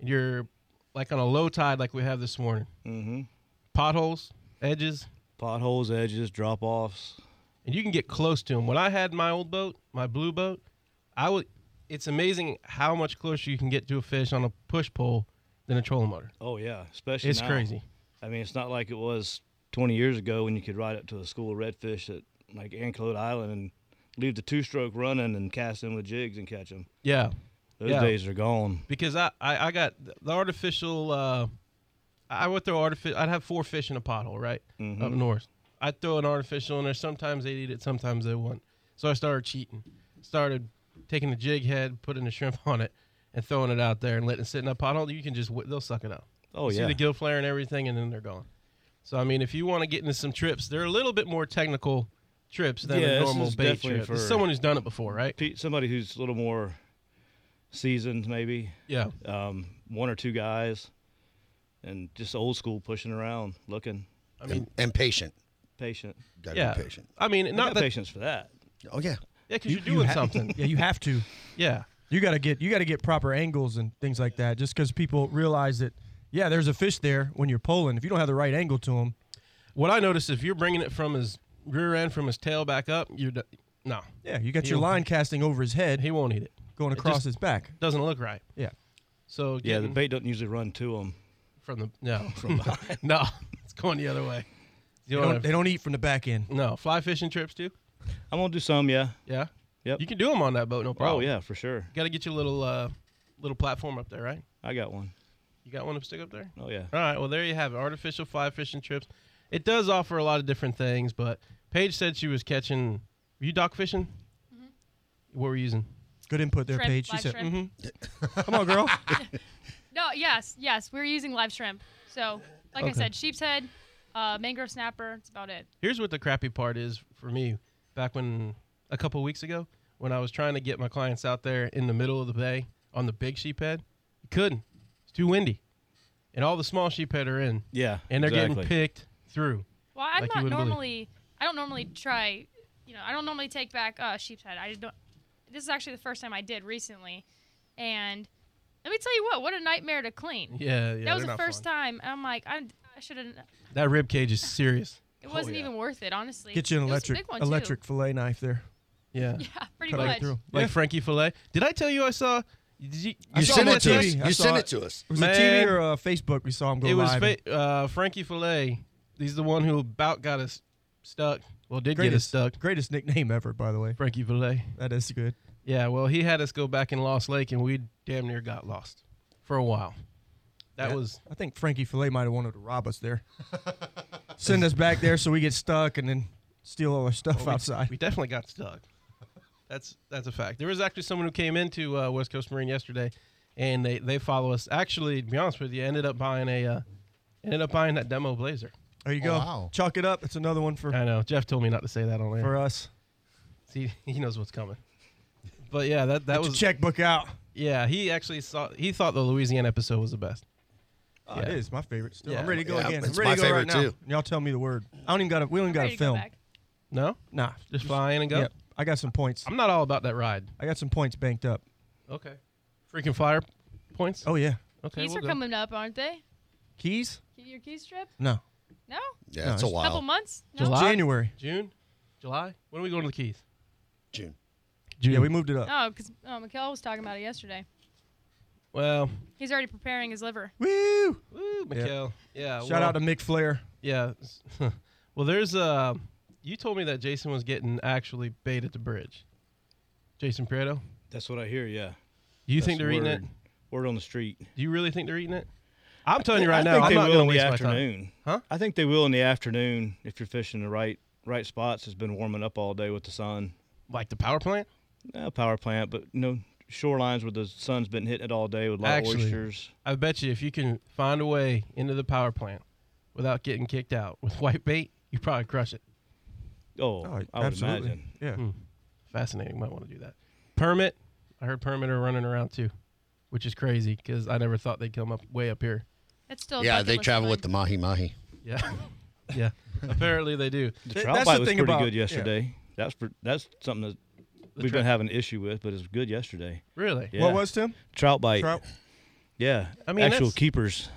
Speaker 7: And you're like on a low tide, like we have this morning.
Speaker 11: Mm-hmm.
Speaker 7: Potholes, edges,
Speaker 11: Potholes, edges, drop offs.
Speaker 7: and you can get close to them. When I had my old boat, my blue boat, I would. It's amazing how much closer you can get to a fish on a push pole than a trolling motor.
Speaker 11: Oh yeah, especially
Speaker 7: It's
Speaker 11: now.
Speaker 7: crazy.
Speaker 11: I mean, it's not like it was 20 years ago when you could ride up to a school of redfish at like Anclote Island and leave the two-stroke running and cast them with jigs and catch them.
Speaker 7: Yeah,
Speaker 11: Those
Speaker 7: Yeah.
Speaker 11: days are gone.
Speaker 7: because I I, I got the artificial. Uh, I would throw artificial. I'd have four fish in a pothole, right
Speaker 11: Mm-hmm.
Speaker 7: up north. I'd throw an artificial in there. Sometimes they'd eat it, sometimes they wouldn't. So I started cheating. Started taking the jig head, putting a shrimp on it, and throwing it out there and letting it sit in that pothole. You can just wh- they'll suck it up.
Speaker 11: Oh
Speaker 7: You
Speaker 11: yeah.
Speaker 7: see the gill flare and everything, and then they're gone. So I mean, if you want to get into some trips, they're a little bit more technical trips than
Speaker 11: Yeah,
Speaker 7: a
Speaker 11: this
Speaker 7: normal
Speaker 11: is
Speaker 7: bait
Speaker 11: definitely
Speaker 7: trip. This is
Speaker 11: for-
Speaker 7: someone who's done it before, right?
Speaker 11: Pe- Somebody who's a little more seasoned, maybe.
Speaker 7: Yeah.
Speaker 11: um, one or two guys, and just old school pushing around, looking
Speaker 7: I mean,
Speaker 9: and patient.
Speaker 11: patient.
Speaker 9: Got to
Speaker 7: yeah.
Speaker 9: be patient.
Speaker 7: I mean,
Speaker 11: Not
Speaker 7: not that.
Speaker 11: patience for that.
Speaker 9: Oh yeah.
Speaker 7: Yeah, because you're doing
Speaker 12: ha-
Speaker 7: something.
Speaker 12: yeah, you have to.
Speaker 7: Yeah.
Speaker 12: You gotta get you gotta get proper angles and things like that. Just because people realize that, yeah, there's a fish there when you're pulling. If you don't have the right angle to him,
Speaker 7: What I notice if you're bringing it from his rear end, from his tail back up, you're d- no,
Speaker 12: yeah, you got your
Speaker 7: He'll-
Speaker 12: line casting over his head,
Speaker 7: he won't eat it.
Speaker 12: going across
Speaker 7: just-
Speaker 12: his back.
Speaker 7: Doesn't look right.
Speaker 12: Yeah,
Speaker 7: So
Speaker 11: Yeah, the
Speaker 7: getting
Speaker 11: bait doesn't usually run to them.
Speaker 7: from the no from no, it's going the other way. You
Speaker 12: they
Speaker 7: know
Speaker 12: don't, they don't eat from the back end.
Speaker 7: no fly fishing trips too.
Speaker 11: I'm gonna do some, yeah.
Speaker 7: Yeah.
Speaker 11: Yep.
Speaker 7: You can do them on that boat, no problem.
Speaker 11: Oh yeah, for sure.
Speaker 7: Got to get your little uh, little platform up there, right?
Speaker 11: I got one.
Speaker 7: You got one up stick up there?
Speaker 11: Oh yeah.
Speaker 7: All right. Well, there you have it. Artificial fly fishing trips. It does offer a lot of different things, but Paige said she was catching. Were you dock fishing? What were you using?
Speaker 12: Good input there,
Speaker 10: Shrimp,
Speaker 12: Paige. She
Speaker 10: live
Speaker 12: said,
Speaker 10: shrimp.
Speaker 7: mm-hmm.
Speaker 12: "Mm, "Come on, girl."
Speaker 10: No, yes, yes. We're using live shrimp. So, like I
Speaker 7: Okay.
Speaker 10: said, sheep's head, uh, mangrove snapper. That's about it.
Speaker 7: Here's what the crappy part is for me. Back when a couple weeks ago, when I was trying to get my clients out there in the middle of the bay on the big sheephead, you couldn't. It's too windy, and all the small sheephead are in,
Speaker 11: Yeah.
Speaker 7: and they're
Speaker 11: exactly.
Speaker 7: getting picked through.
Speaker 10: Well, I'm
Speaker 7: Like you
Speaker 10: not
Speaker 7: wouldn't believe.
Speaker 10: normally. I don't normally try. You know, I don't normally take back uh, sheep's head. I don't. This is actually the first time I did recently, and let me tell you what. What a nightmare to clean.
Speaker 7: Yeah, yeah.
Speaker 10: that was the first time. I'm like, I, I should have.
Speaker 7: time. That rib cage is serious.
Speaker 10: It wasn't
Speaker 11: yeah.
Speaker 10: even worth it, honestly.
Speaker 12: Get you an
Speaker 10: It was a
Speaker 12: electric
Speaker 10: big one, too.
Speaker 12: electric fillet knife there.
Speaker 7: Yeah.
Speaker 10: Yeah, pretty
Speaker 7: Cut it
Speaker 10: much.
Speaker 12: through.
Speaker 7: like
Speaker 12: Yeah.
Speaker 7: Frankie Fillet. Did I tell you I saw? Did you
Speaker 12: I
Speaker 9: You
Speaker 12: saw
Speaker 9: sent
Speaker 12: him
Speaker 9: it
Speaker 12: on
Speaker 9: to
Speaker 12: TV. I
Speaker 9: us. You
Speaker 12: saw
Speaker 9: sent
Speaker 12: it.
Speaker 9: it to us.
Speaker 12: It was a
Speaker 7: Man.
Speaker 12: TV or uh, Facebook. We saw him go
Speaker 7: It was
Speaker 12: live.
Speaker 7: fa- uh, Frankie Fillet. He's the one who about got us stuck. Well, did get us
Speaker 12: greatest,
Speaker 7: stuck.
Speaker 12: greatest nickname ever, by the way.
Speaker 7: Frankie Fillet.
Speaker 12: That is good.
Speaker 7: Yeah, well, he had us go back in Lost Lake, and we damn near got lost for a while. That
Speaker 12: Yeah,
Speaker 7: was
Speaker 12: I think Frankie Filet might have wanted to rob us there. Send us back there so we get stuck and then steal all our stuff
Speaker 7: Well, we-
Speaker 12: outside.
Speaker 7: We, definitely got stuck. That's that's a fact. There was actually someone who came into uh, West Coast Marine yesterday, and they they follow us. Actually, to be honest with you, ended up buying a uh, ended up buying that demo blazer.
Speaker 12: There you go. Chalk it up. It's another one for
Speaker 7: I know Jeff told me not to say that on air.
Speaker 12: for us.
Speaker 7: See, he knows what's coming. But yeah, that that
Speaker 12: Get your
Speaker 7: was
Speaker 12: checkbook out.
Speaker 7: yeah. He actually saw he thought the Louisiana episode was the best.
Speaker 12: Oh, It
Speaker 7: Yeah.
Speaker 12: is my favorite. Still,
Speaker 7: Yeah.
Speaker 12: I'm ready to go
Speaker 9: Yeah,
Speaker 12: again. I'm
Speaker 9: it's
Speaker 12: ready
Speaker 9: my
Speaker 12: to go right
Speaker 9: favorite,
Speaker 12: now.
Speaker 9: too.
Speaker 12: Y'all tell me the word. I don't even got. to We don't even got
Speaker 10: Ready
Speaker 12: to
Speaker 10: to go
Speaker 12: film.
Speaker 10: back.
Speaker 7: No,
Speaker 12: Nah,
Speaker 7: just flying and go.
Speaker 12: yeah, I got some points.
Speaker 7: I'm not all about that ride.
Speaker 12: I got some points banked up.
Speaker 7: Okay, freaking flyer points.
Speaker 12: Oh yeah,
Speaker 7: okay,
Speaker 10: Keys
Speaker 7: we'll
Speaker 10: are
Speaker 7: go.
Speaker 10: coming up, aren't they?
Speaker 12: keys?
Speaker 10: Your keys trip?
Speaker 12: No,
Speaker 10: No?
Speaker 9: Yeah,
Speaker 12: No, it's-
Speaker 9: it's a
Speaker 10: A couple
Speaker 9: while.
Speaker 10: months? No?
Speaker 7: July,
Speaker 12: January.
Speaker 7: June, July. When are we going to the Keys?
Speaker 9: June.
Speaker 7: June.
Speaker 12: Yeah, we moved it up.
Speaker 10: Oh, because oh, Mikkel was talking about it yesterday.
Speaker 7: Well,
Speaker 10: He's already preparing his liver.
Speaker 12: Woo!
Speaker 7: woo, Mikhail. Yeah.
Speaker 12: Shout
Speaker 7: Oh, well,
Speaker 12: out to Mick Flair.
Speaker 7: Yeah. well, there's uh, you told me that Jason was getting actually bait at the bridge. Jason Prieto.
Speaker 11: That's what I hear. Yeah.
Speaker 7: Do you
Speaker 11: That's
Speaker 7: think
Speaker 11: the
Speaker 7: they're eating it?
Speaker 11: word- Word on the street.
Speaker 7: Do you really think they're eating it? I'm telling you right
Speaker 11: I
Speaker 7: now,
Speaker 11: think
Speaker 7: I'm
Speaker 11: they
Speaker 7: not
Speaker 11: will
Speaker 7: going to
Speaker 11: in
Speaker 7: waste
Speaker 11: the
Speaker 7: my time.
Speaker 11: afternoon.
Speaker 7: Huh?
Speaker 11: I think they will in the afternoon if you're fishing the right right spots. It's been warming up all day with the sun.
Speaker 7: Like the power plant.
Speaker 11: Uh, power plant, but you know shorelines where the sun's been hitting it all day with a lot
Speaker 7: Actually-
Speaker 11: of oysters.
Speaker 7: I bet you if you can find a way into the power plant without getting kicked out with white bait, you probably crush it.
Speaker 12: Oh,
Speaker 11: Oh, I would
Speaker 12: absolutely.
Speaker 11: imagine.
Speaker 12: Yeah.
Speaker 7: Fascinating. might want to do that. Permit. I heard permit are running around too, which is crazy because I never thought they'd come up way up here.
Speaker 10: That's still a
Speaker 9: Yeah,
Speaker 10: bucket
Speaker 9: they
Speaker 10: list
Speaker 9: travel
Speaker 10: of
Speaker 9: with the
Speaker 10: mine.
Speaker 9: mahi mahi.
Speaker 7: Yeah. yeah. Apparently they do.
Speaker 11: The
Speaker 12: Th-
Speaker 11: trout
Speaker 12: that's
Speaker 11: bite
Speaker 12: the
Speaker 11: was
Speaker 12: thing
Speaker 11: pretty
Speaker 12: about-
Speaker 11: good
Speaker 12: yeah.
Speaker 11: yesterday. That's for, that's something that we've
Speaker 7: trout-
Speaker 11: been having an issue with, but it's good yesterday.
Speaker 7: Really?
Speaker 11: Yeah.
Speaker 12: What was Tim?
Speaker 11: Trout bite.
Speaker 12: Trout.
Speaker 11: Yeah.
Speaker 7: I mean,
Speaker 11: actual
Speaker 7: that's-
Speaker 11: keepers.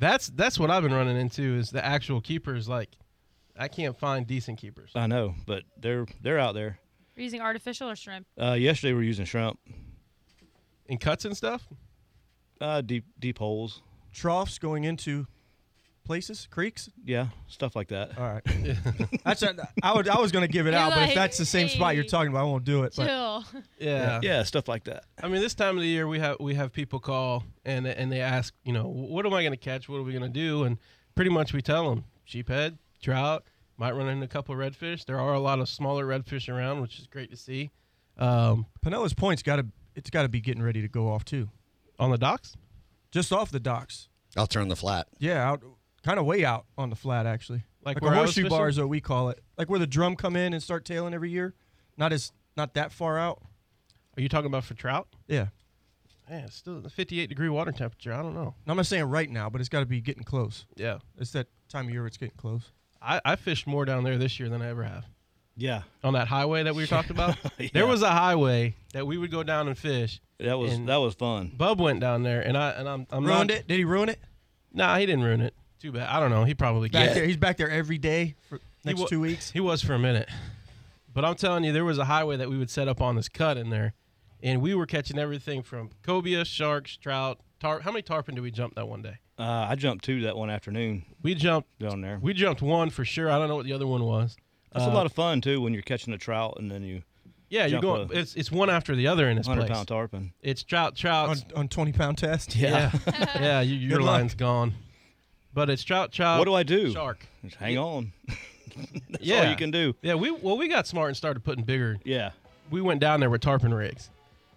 Speaker 7: That's that's what I've been running into is the actual keepers. Like, I can't find decent keepers.
Speaker 11: I know, but they're they're out there.
Speaker 10: We're using artificial or shrimp.
Speaker 11: Uh, yesterday we were using shrimp,
Speaker 7: In cuts and stuff.
Speaker 11: uh, deep deep holes.
Speaker 12: Troughs going into places, creeks.
Speaker 11: Yeah, stuff like that.
Speaker 12: All right. that's a, I would. I was gonna give it
Speaker 10: You're
Speaker 12: out, but if
Speaker 10: like,
Speaker 12: that's the same spot you're
Speaker 10: hey,
Speaker 12: talking about, I won't do it. But
Speaker 10: Chill.
Speaker 7: Yeah.
Speaker 11: yeah, stuff like that.
Speaker 7: I mean, this time of the year we have we have people call and and they ask, you know, what am I going to catch? What are we going to do? And pretty much we tell them sheephead, trout. Might run into a couple redfish. There are a lot of smaller redfish around, which is great to see. Um,
Speaker 12: Pinellas Point's got to. It's got to be getting ready to go off too.
Speaker 7: on the docks,
Speaker 12: Just off the docks.
Speaker 9: I'll turn the flat.
Speaker 12: Yeah, out, kind of way out on the flat actually. a
Speaker 7: Like where I was
Speaker 12: horseshoe
Speaker 7: fishing?
Speaker 12: bar is what we call it. Like where the drum come in and start tailing every year. Not as not that far out.
Speaker 7: are you talking about for trout?
Speaker 12: Yeah.
Speaker 7: Man, it's still 58 degree water temperature. I don't know.
Speaker 12: And I'm not saying right now, but it's got to be getting close.
Speaker 7: Yeah,
Speaker 12: It's that time of year it's getting close.
Speaker 7: I, I fished more down there this year than I ever have.
Speaker 11: Yeah,
Speaker 7: On that highway that we were talking about,
Speaker 11: Yeah.
Speaker 7: there was a highway that we would go down and fish.
Speaker 11: that was
Speaker 7: And-
Speaker 11: that was fun.
Speaker 7: Bub went down there, and I and I'm, I'm
Speaker 12: Ruined
Speaker 7: not,
Speaker 12: it? Did he ruin it?
Speaker 7: Nah, he didn't ruin it. Too bad. I don't know. He probably
Speaker 12: Back
Speaker 7: did.
Speaker 12: there, he's back there every day for next
Speaker 7: wa-
Speaker 12: two weeks.
Speaker 7: He was for a minute. But I'm telling you, there was a highway that we would set up on this cut in there, and we were catching everything from cobia, sharks, trout, tarp. How many tarpon did we jump that one day?
Speaker 11: Uh, I jumped two that one afternoon
Speaker 7: We jumped.
Speaker 11: down there.
Speaker 7: We jumped one for sure. I don't know what the other one was.
Speaker 11: That's
Speaker 7: Uh,
Speaker 11: a lot of fun too when you're catching a trout and then you
Speaker 7: Yeah, you're
Speaker 11: Jump
Speaker 7: going.
Speaker 11: a-
Speaker 7: It's it's one after the other in this
Speaker 11: hundred
Speaker 7: place.
Speaker 11: pound tarpon.
Speaker 7: It's trout, trout,
Speaker 12: On, on 20 pound test?
Speaker 7: Yeah. yeah, you, your
Speaker 12: Good luck.
Speaker 7: line's gone. But it's trout, trout.
Speaker 11: What do I do?
Speaker 7: Uh, Shark.
Speaker 11: Just hang on. That's
Speaker 7: yeah.
Speaker 11: all you can do.
Speaker 7: Yeah, we well we got smart and started putting bigger.
Speaker 11: Yeah.
Speaker 7: We went down there with tarpon rigs,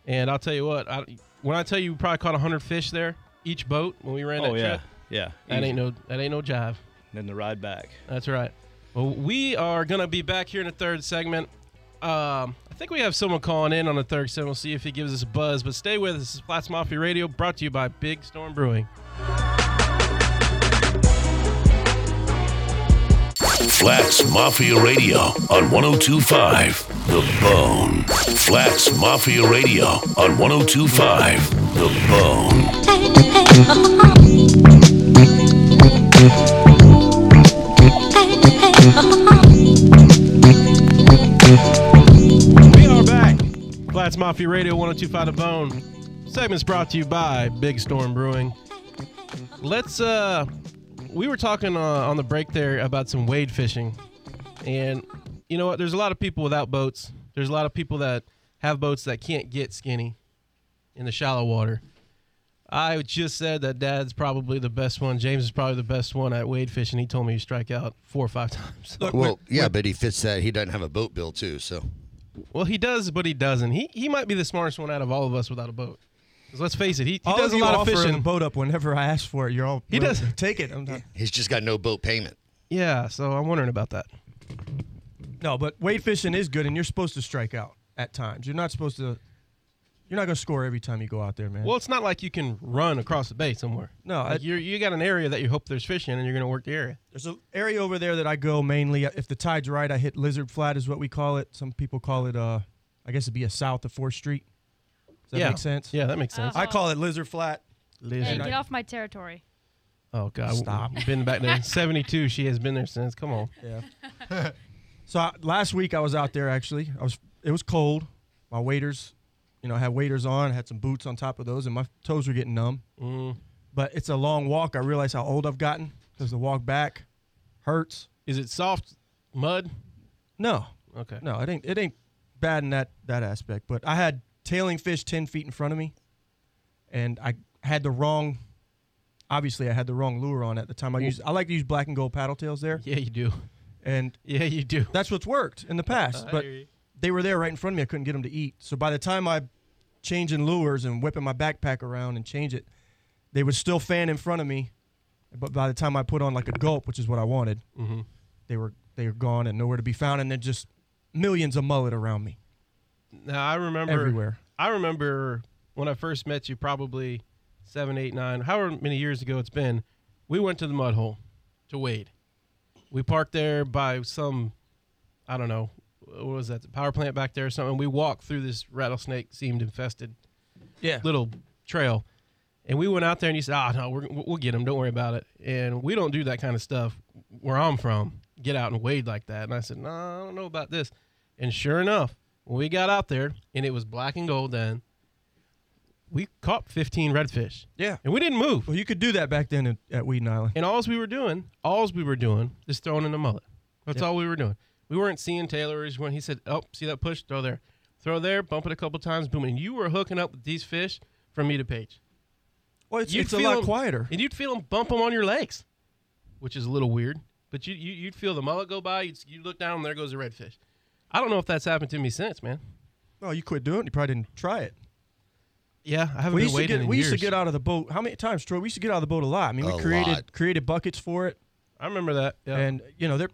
Speaker 7: and I'll tell you what. I, when I tell you, we probably caught hundred fish there each boat when we ran
Speaker 11: Oh
Speaker 7: that
Speaker 11: yeah.
Speaker 7: trip.
Speaker 11: Yeah.
Speaker 7: That
Speaker 11: Easy.
Speaker 7: ain't no that ain't no jive.
Speaker 11: Then the ride back.
Speaker 7: That's right. Well, we are gonna be back here in the third segment. Um, I think we have someone calling in on the third segment. We'll see if he gives us a buzz. But stay with us. This is Platts Mafia Radio, brought to you by Big Storm Brewing.
Speaker 5: Flats Mafia Radio on 1025 The Bone. Flats Mafia Radio on 1025 The Bone.
Speaker 7: We are back. Flats Mafia Radio 1025 The Bone. Segment's brought to you by Big Storm Brewing. Let's, uh, we were talking uh, on the break there about some wade fishing. And you know what? There's a lot of people without boats. There's a lot of people that have boats that can't get skinny in the shallow water. I just said that Dad's probably the best one. James is probably the best one at wade fishing. He told me you strike out four or five times.
Speaker 9: well, yeah, but he fits that. He doesn't have a boat bill too, so
Speaker 7: Well, he does, but he doesn't. He he might be the smartest one out of all of us without a boat. 'Cause let's face it, he, he
Speaker 12: All
Speaker 7: does
Speaker 12: of
Speaker 7: a
Speaker 12: you
Speaker 7: lot of
Speaker 12: offer
Speaker 7: fishing.
Speaker 12: the boat up whenever I ask for it. You're all
Speaker 7: He
Speaker 12: willing
Speaker 7: does.
Speaker 12: to take it. I'm not,
Speaker 9: he's just got no boat payment.
Speaker 7: yeah, so I'm wondering about that.
Speaker 12: no, but wade fishing is good, and you're supposed to strike out at times. You're not supposed to. You're not going to score every time you go out there, man.
Speaker 7: Well, it's not like you can run across the bay somewhere.
Speaker 12: No,
Speaker 7: like
Speaker 12: I-
Speaker 7: you you got an area that you hope there's fish in, and you're going to work the area.
Speaker 12: There's an area over there that I go mainly. If the tide's right, I hit Lizard Flat, is what we call it. Some people call it, uh, I guess it'd be a south of 4th Street. Does that
Speaker 7: Yeah.
Speaker 12: make sense?
Speaker 7: Yeah, that makes sense.
Speaker 12: I call it Lizard Flat.
Speaker 10: Hey,
Speaker 7: Lizard.
Speaker 10: get off my territory.
Speaker 7: Oh God,
Speaker 12: Stop.
Speaker 7: We've been back there. Seventy-two. She has been there since. Come on.
Speaker 12: Yeah. so I, last week I was out there actually. I was it was cold. My waders, you know, I had waders on, I had some boots on top of those, and my toes were getting numb.
Speaker 7: Mm.
Speaker 12: But it's a long walk. I realize how old I've gotten because the walk back hurts.
Speaker 7: Is it soft mud?
Speaker 12: No,
Speaker 7: Okay.
Speaker 12: no, it ain't. It ain't bad in that that aspect. But I had tailing fish ten feet in front of me, and I had the wrong. Obviously, I had the wrong lure on at the time. I use I like to use black and gold paddle tails there,
Speaker 7: Yeah, you do.
Speaker 12: and
Speaker 7: Yeah, you do.
Speaker 12: that's what's worked in the past.
Speaker 7: I
Speaker 12: But
Speaker 7: hear you.
Speaker 12: they were there right in front of me. I couldn't get them to eat. So by the time I changing lures and whipping my backpack around and change it, they would still fan in front of me. But by the time I put on like a gulp, which is what I wanted,
Speaker 7: Mm-hmm.
Speaker 12: they were they were gone and nowhere to be found. And then just millions of mullet around me.
Speaker 7: Now I remember
Speaker 12: Everywhere.
Speaker 7: I remember when I first met you, probably seven, eight, nine, however many years ago it's been. We went to the mud hole to wade. We parked there by some, I don't know, what was that? The power plant back there or something. We walked through this rattlesnake seemed infested
Speaker 12: Yeah.
Speaker 7: little trail. And we went out there and you said, ah, no, we're, we'll get them. Don't worry about it. And we don't do that kind of stuff where I'm from. Get out and wade like that. And I said, no, I don't know about this. And sure enough, when we got out there and it was black and gold then, we caught 15 redfish.
Speaker 12: Yeah.
Speaker 7: And we didn't move.
Speaker 12: Well, you could do that back then at, at Weedon Island.
Speaker 7: And alls we were doing, alls we were doing is throwing in the mullet. That's all we were doing. We weren't seeing Taylor's when he said, Oh, see that push? Throw there. Throw there, bump it a couple times, boom. And you were hooking up with these fish from me to page.
Speaker 12: Well, it's,
Speaker 7: You'd
Speaker 12: it's a
Speaker 7: feel
Speaker 12: lot
Speaker 7: 'em-
Speaker 12: quieter.
Speaker 7: And you'd feel them bump them on your legs, which is a little weird. But you, you you'd feel the mullet go by. You'd, you look down, and there goes a redfish. I don't know if that's happened to me since, man.
Speaker 12: No, Oh, you quit doing it. You probably didn't try it.
Speaker 7: Yeah, I haven't
Speaker 12: We
Speaker 7: been
Speaker 12: used to
Speaker 7: waiting
Speaker 12: get
Speaker 7: in
Speaker 12: we
Speaker 7: years.
Speaker 12: used to get out of the boat. How many times, Troy? We used to get out of the boat a lot. I mean,
Speaker 9: A
Speaker 12: we created
Speaker 9: lot.
Speaker 12: created buckets for it.
Speaker 7: I remember that. Yeah.
Speaker 12: and you know they're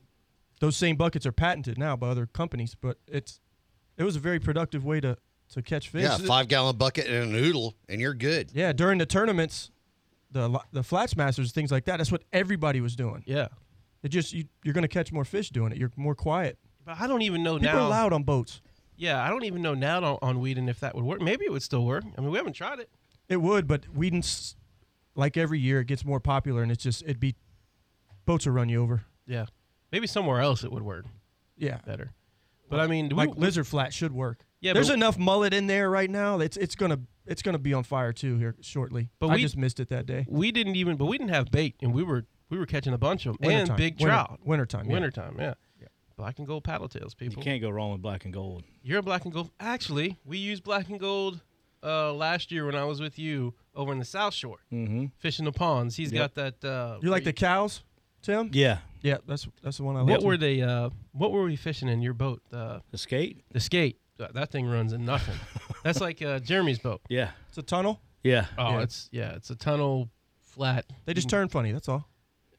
Speaker 12: those same buckets are patented now by other companies but it's it was a very productive way to to catch fish
Speaker 9: Yeah, five gallon bucket and a noodle, and you're good.
Speaker 12: Yeah, during the tournaments the lo- the flats masters things like that that's what everybody was doing
Speaker 7: yeah.
Speaker 12: it just you, you're going to catch more fish doing it you're more quiet
Speaker 7: But I don't even know
Speaker 12: people
Speaker 7: now.
Speaker 12: are loud on boats
Speaker 7: Yeah, I don't even know now on, on Whedon if that would work. Maybe it would still work. I mean, we haven't tried it.
Speaker 12: it would but Whedon's like every year it gets more popular and it's just it'd be boats will run you over
Speaker 7: Yeah. Maybe somewhere else it would work
Speaker 12: yeah
Speaker 7: better. But I mean, we-
Speaker 12: like lizard flat should work
Speaker 7: Yeah,
Speaker 12: there's
Speaker 7: but-
Speaker 12: enough mullet in there right now it's it's going to it's going to be on fire too here shortly
Speaker 7: But
Speaker 12: i
Speaker 7: we-
Speaker 12: just missed it that day
Speaker 7: we didn't even, but we didn't have bait, and we were we were catching a bunch of them and
Speaker 12: Wintertime.
Speaker 7: big
Speaker 12: Winter-
Speaker 7: trout.
Speaker 12: wintertime, yeah.
Speaker 7: Wintertime. Yeah. Black and gold paddle tails, people.
Speaker 11: You can't go wrong with black and gold.
Speaker 7: You're a black and gold. Actually, we used black and gold uh, last year when I was with you over in the South Shore,
Speaker 11: Mm-hmm.
Speaker 7: fishing the ponds. He's
Speaker 11: Yep.
Speaker 7: got that. Uh,
Speaker 12: You like the cows, Tim?
Speaker 11: Yeah.
Speaker 12: Yeah, that's that's the one I
Speaker 7: What
Speaker 12: like.
Speaker 7: were they? Uh, what were we fishing in your boat? Uh,
Speaker 11: The skate?
Speaker 7: the skate. Th- That thing runs in nothing. That's like uh, Jeremy's boat.
Speaker 11: Yeah.
Speaker 12: It's a tunnel.
Speaker 11: Yeah.
Speaker 7: Oh,
Speaker 12: Yeah.
Speaker 7: it's yeah, it's a tunnel flat.
Speaker 12: They just turn funny. That's all.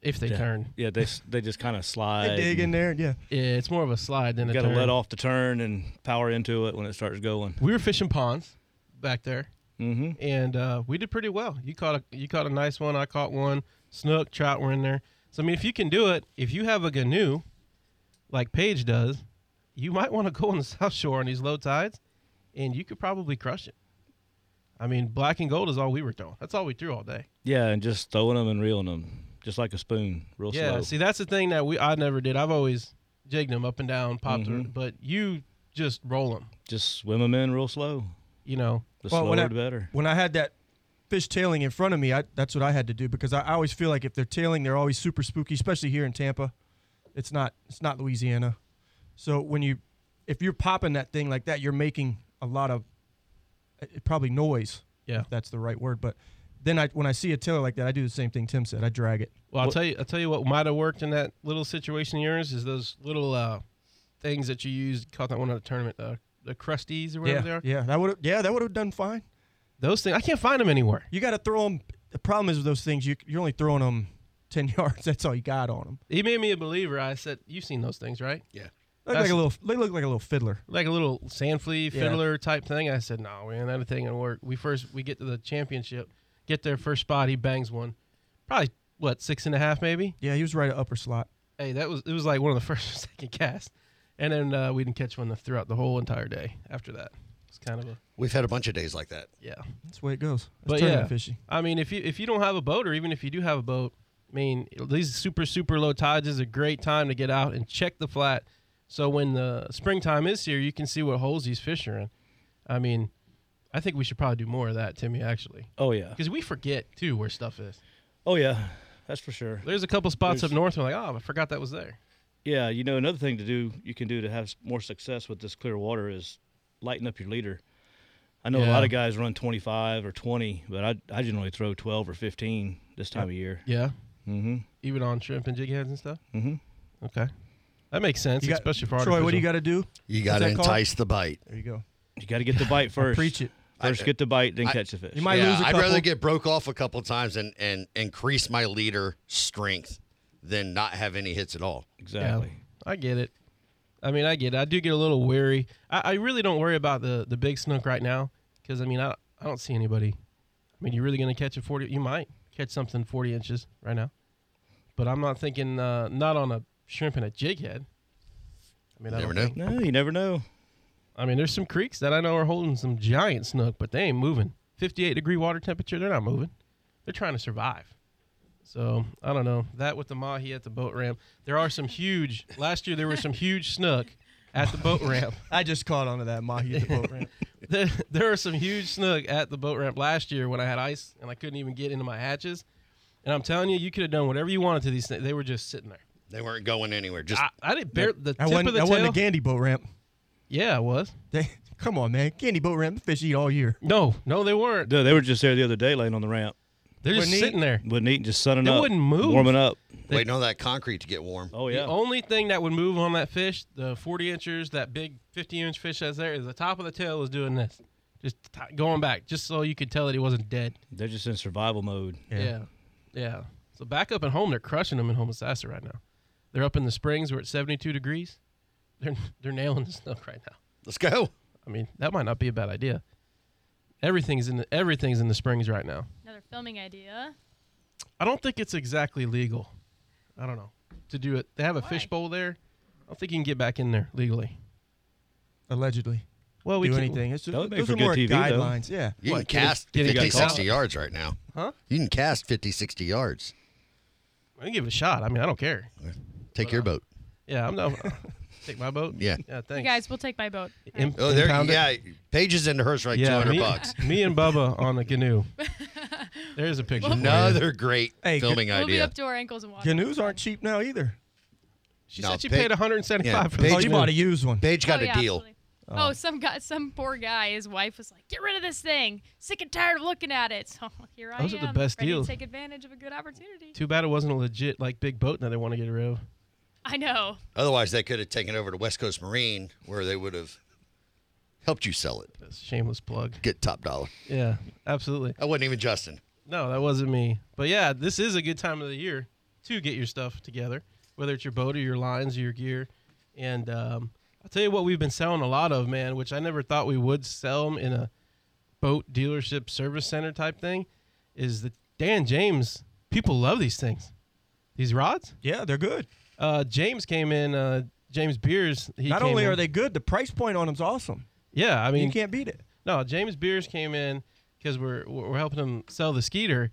Speaker 7: If they
Speaker 11: yeah.
Speaker 7: turn,
Speaker 11: Yeah, they s- they just kind of slide.
Speaker 12: They dig in there. Yeah.
Speaker 7: yeah, it's more of a slide than a
Speaker 11: Got to
Speaker 7: turn.
Speaker 11: let off the turn and power into it when it starts going.
Speaker 7: We were fishing ponds back there,
Speaker 11: Mm-hmm.
Speaker 7: and uh, we did pretty well. You caught a you caught a nice one. I caught one. Snook, trout were in there. So I mean, if you can do it, if you have a canoe, like Paige does, you might want to go on the South Shore on these low tides, and you could probably crush it. I mean, black and gold is all we were throwing. That's all we threw all day.
Speaker 11: Yeah, and just throwing them and reeling them, just like a spoon, real
Speaker 7: yeah.
Speaker 11: slow.
Speaker 7: See, that's the thing that we I never did. I've always jigged them up and down, popped
Speaker 12: Mm-hmm.
Speaker 7: them, but you just roll them.
Speaker 11: just swim them in real slow.
Speaker 7: You know.
Speaker 11: The
Speaker 12: when
Speaker 11: slower
Speaker 12: I,
Speaker 11: the better.
Speaker 12: when I had that fish tailing in front of me, I, that's what I had to do because I, I always feel like if they're tailing, they're always super spooky, especially here in Tampa. It's not it's not Louisiana. So when you if you're popping that thing like that, you're making a lot of uh, probably noise.
Speaker 7: Yeah.
Speaker 12: if that's the right word. But then I when I see a tailor like that, I do the same thing Tim said. I drag it.
Speaker 7: Well, I'll tell you, I'll tell you what might have worked in that little situation of yours is those little uh, things that you used caught that one at a tournament, uh, the crusties or whatever
Speaker 12: yeah,
Speaker 7: they are.
Speaker 12: yeah, that would yeah that would have done fine.
Speaker 7: Those things I can't find them anywhere.
Speaker 12: You got to throw them. The problem is with those things, you you're only throwing them ten yards. That's all you got on them.
Speaker 7: He made me a believer. I said, "You've seen those things, right?"
Speaker 9: Yeah.
Speaker 12: They look like a little. They look like a little fiddler.
Speaker 7: like a little sand flea
Speaker 12: Yeah.
Speaker 7: fiddler type thing. I said, no, man, that thing will work. We first we get to the championship, get their first spot. He bangs one, probably what six and a half maybe.
Speaker 12: Yeah, he was right at upper slot.
Speaker 7: Hey, that was it was like one of the first or second casts, and then uh, we didn't catch one throughout the whole entire day. After that, it's kind of a
Speaker 9: We've had a bunch of days like that.
Speaker 7: yeah.
Speaker 12: That's the way it goes. That's
Speaker 7: But
Speaker 12: tournament
Speaker 7: yeah,
Speaker 12: fishing.
Speaker 7: I mean, if you if you don't have a boat, or even if you do have a boat, I mean, these super super low tides is a great time to get out and check the flat. So when the springtime is here, you can see what holes these fish are in. I mean, I think we should probably do more of that, Timmy. Actually,
Speaker 11: Oh yeah.
Speaker 7: because we forget too where stuff is.
Speaker 11: Oh yeah. That's for sure.
Speaker 7: There's a couple spots
Speaker 11: There's-
Speaker 7: up north. We're like, oh, I forgot that was there.
Speaker 11: Yeah, you know another thing to do you can do to have s- more success with this clear water is lighten up your leader. I know a
Speaker 7: Yeah.
Speaker 11: lot of guys run 25 or 20, but I I generally throw 12 or 15 this time of year.
Speaker 7: Yeah,
Speaker 11: Mm-hmm.
Speaker 7: even on shrimp and jig heads and stuff.
Speaker 11: Mm-hmm.
Speaker 7: Okay, that makes sense,
Speaker 12: You got-
Speaker 7: especially for
Speaker 12: Troy, what do you
Speaker 7: artificial.
Speaker 12: got to do?
Speaker 9: You
Speaker 12: What's
Speaker 9: got to
Speaker 12: that called?
Speaker 9: entice the bite.
Speaker 12: There you go.
Speaker 11: You got to get the bite
Speaker 12: I
Speaker 11: first.
Speaker 12: preach it.
Speaker 11: First,
Speaker 9: I-
Speaker 11: get the bite, then
Speaker 9: I-
Speaker 11: catch the fish.
Speaker 12: You might
Speaker 9: yeah,
Speaker 12: lose a
Speaker 9: I'd
Speaker 12: couple.
Speaker 9: rather get broke off a couple times and, and increase my leader strength than not have any hits at all.
Speaker 11: exactly.
Speaker 7: I get it. I mean, I get it. I do get a little weary. I, I really don't worry about the the big snook right now because I mean, I I don't see anybody. I mean, you're really gonna catch a forty. You might catch something forty inches right now, but I'm not thinking uh, not on a shrimp and a jig head. I mean, I
Speaker 9: Never
Speaker 7: don't
Speaker 9: know.
Speaker 7: think-
Speaker 11: No, you never know.
Speaker 7: I mean, there's some creeks that I know are holding some giant snook, but they ain't moving. 58 degree water temperature, they're not moving. They're trying to survive. So I don't know that with the mahi at the boat ramp. There are some huge. Last year there were some huge snook at the boat ramp.
Speaker 12: I just caught onto that mahi at the boat ramp.
Speaker 7: There, there were some huge snook at the boat ramp last year when I had ice and I couldn't even get into my hatches. And I'm telling you, you could have done whatever you wanted to these things. They were just sitting there.
Speaker 9: They weren't going anywhere. Just
Speaker 7: I,
Speaker 12: Ah,
Speaker 7: I didn't bear the
Speaker 12: That
Speaker 7: tip
Speaker 12: wasn't,
Speaker 7: of the
Speaker 12: that
Speaker 7: tail.
Speaker 12: wasn't a Gandy boat ramp.
Speaker 7: yeah, it was.
Speaker 12: They, come on, man. Gandy boat ramp. Fish eat all year.
Speaker 7: No, no, they weren't.
Speaker 11: Dude, they were just there the other day, laying on the ramp,
Speaker 7: They're just
Speaker 12: Wouldn't eat.
Speaker 7: sitting there.
Speaker 11: wouldn't eat, just sunning
Speaker 7: They
Speaker 11: up,
Speaker 7: wouldn't move.
Speaker 11: warming up.
Speaker 9: waiting on that concrete to get warm.
Speaker 11: Oh yeah.
Speaker 7: The only thing that would move on that fish, the 40 inchers, that big 50 inch fish that's there, is the top of the tail was doing this. Just t- going back, just so you could tell that he wasn't dead.
Speaker 11: They're just in survival mode.
Speaker 7: Yeah. yeah. So back up at home, they're crushing them in Homosassa right now. They're up in the springs. We're at 72 degrees. They're, they're nailing the snook right now.
Speaker 9: Let's go.
Speaker 7: I mean, that might not be a bad idea. Everything's in the, everything's in the springs right now.
Speaker 10: Another filming idea.
Speaker 7: I don't think it's exactly legal. I don't know. To do it, they have a
Speaker 10: Why?
Speaker 7: fish bowl there. I don't think you can get back in there legally.
Speaker 12: Allegedly.
Speaker 7: Well, we
Speaker 12: do
Speaker 7: can-
Speaker 12: anything. It's
Speaker 11: That would make
Speaker 12: those
Speaker 11: for
Speaker 12: are
Speaker 11: good
Speaker 12: more
Speaker 11: TV though.
Speaker 12: guidelines. Yeah.
Speaker 9: You
Speaker 7: What,
Speaker 9: can
Speaker 7: get a-
Speaker 9: caught cast
Speaker 7: get a
Speaker 9: 50,
Speaker 7: good call?
Speaker 9: 60 yards right now.
Speaker 7: Huh?
Speaker 9: You can cast 50, 60 yards.
Speaker 7: I can give it a shot. I mean, I don't care.
Speaker 9: Take your boat.
Speaker 7: Yeah, I'm not. take my boat.
Speaker 9: Yeah.
Speaker 7: Yeah,
Speaker 10: You
Speaker 7: thanks.
Speaker 10: guys, we'll take my boat.
Speaker 7: Im-
Speaker 9: Oh, there.
Speaker 7: impound it.
Speaker 9: Yeah, Paige is into hers for like
Speaker 7: Yeah,
Speaker 9: 200
Speaker 7: me,
Speaker 9: bucks.
Speaker 7: Me and Bubba on the canoe. There's a picture. for you.
Speaker 9: Another great
Speaker 12: Hey, good-
Speaker 9: filming
Speaker 10: We'll be
Speaker 9: idea.
Speaker 10: up to our ankles in water.
Speaker 12: Canoes aren't cheap now either.
Speaker 7: She
Speaker 9: No,
Speaker 7: said she
Speaker 9: Paige-
Speaker 7: paid 175
Speaker 9: yeah,
Speaker 7: for the
Speaker 9: Paige
Speaker 12: Oh, you
Speaker 7: canoe.
Speaker 12: bought a used one.
Speaker 9: Paige got
Speaker 10: oh,
Speaker 9: a
Speaker 10: yeah,
Speaker 9: deal.
Speaker 10: absolutely. Oh. some guy, some poor guy. His wife was like, "Get rid of this thing. Sick and tired of looking at it." So here I
Speaker 7: Those are
Speaker 10: am,
Speaker 7: the best
Speaker 10: ready
Speaker 7: deals.
Speaker 10: to take advantage of a good opportunity.
Speaker 7: Too bad it wasn't a legit like big boat that they want to get rid of.
Speaker 10: I know. Oh,
Speaker 9: Otherwise, they could have taken over to West Coast Marine where they would have helped you sell it.
Speaker 7: That's a shameless plug.
Speaker 9: Get top dollar.
Speaker 7: Yeah, absolutely.
Speaker 9: That wasn't even Justin.
Speaker 7: No, that wasn't me. But yeah, this is a good time of the year to get your stuff together, whether it's your boat or your lines or your gear. And um, I'll tell you what we've been selling a lot of, man, which I never thought we would sell 'em in a boat dealership service center type thing, is the Dan James. People love these things, these rods.
Speaker 12: Yeah, they're good.
Speaker 7: Uh, James came in. Uh, James Beers. He
Speaker 12: Not
Speaker 7: came
Speaker 12: only
Speaker 7: in.
Speaker 12: are they good, the price point on them's awesome.
Speaker 7: yeah. I mean,
Speaker 12: you can't beat it.
Speaker 7: no, James Beers came in because we're we're helping him sell the Skeeter,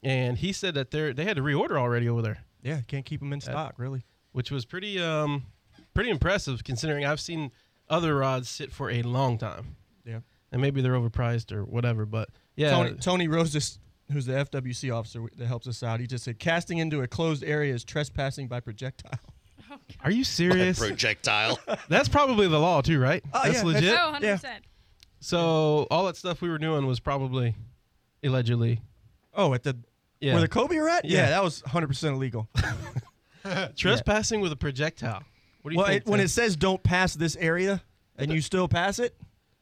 Speaker 7: and he said that they they had to reorder already over there,
Speaker 12: Yeah, can't keep them in stock really.
Speaker 7: which was pretty um pretty impressive considering I've seen other rods sit for a long time,
Speaker 12: Yeah.
Speaker 7: and maybe they're overpriced or whatever. But yeah,
Speaker 12: Tony, Tony Roses, who's the FWC officer that helps us out, he just said casting into a closed area is trespassing by projectile.
Speaker 7: are you
Speaker 9: That
Speaker 7: serious?
Speaker 9: projectile.
Speaker 7: That's probably the law too, right?
Speaker 12: Oh,
Speaker 7: That's
Speaker 12: yeah, that's-
Speaker 7: legit.
Speaker 10: Oh, 100 percent.
Speaker 7: So all that stuff we were doing was probably allegedly.
Speaker 12: Oh, at the
Speaker 7: yeah.
Speaker 12: Where the Kobe are at? Yeah, that was 100% illegal.
Speaker 7: Trespassing with a projectile. What do you
Speaker 12: well,
Speaker 7: think?
Speaker 12: it, when
Speaker 7: Tim?
Speaker 12: it says don't pass this area and you still pass it,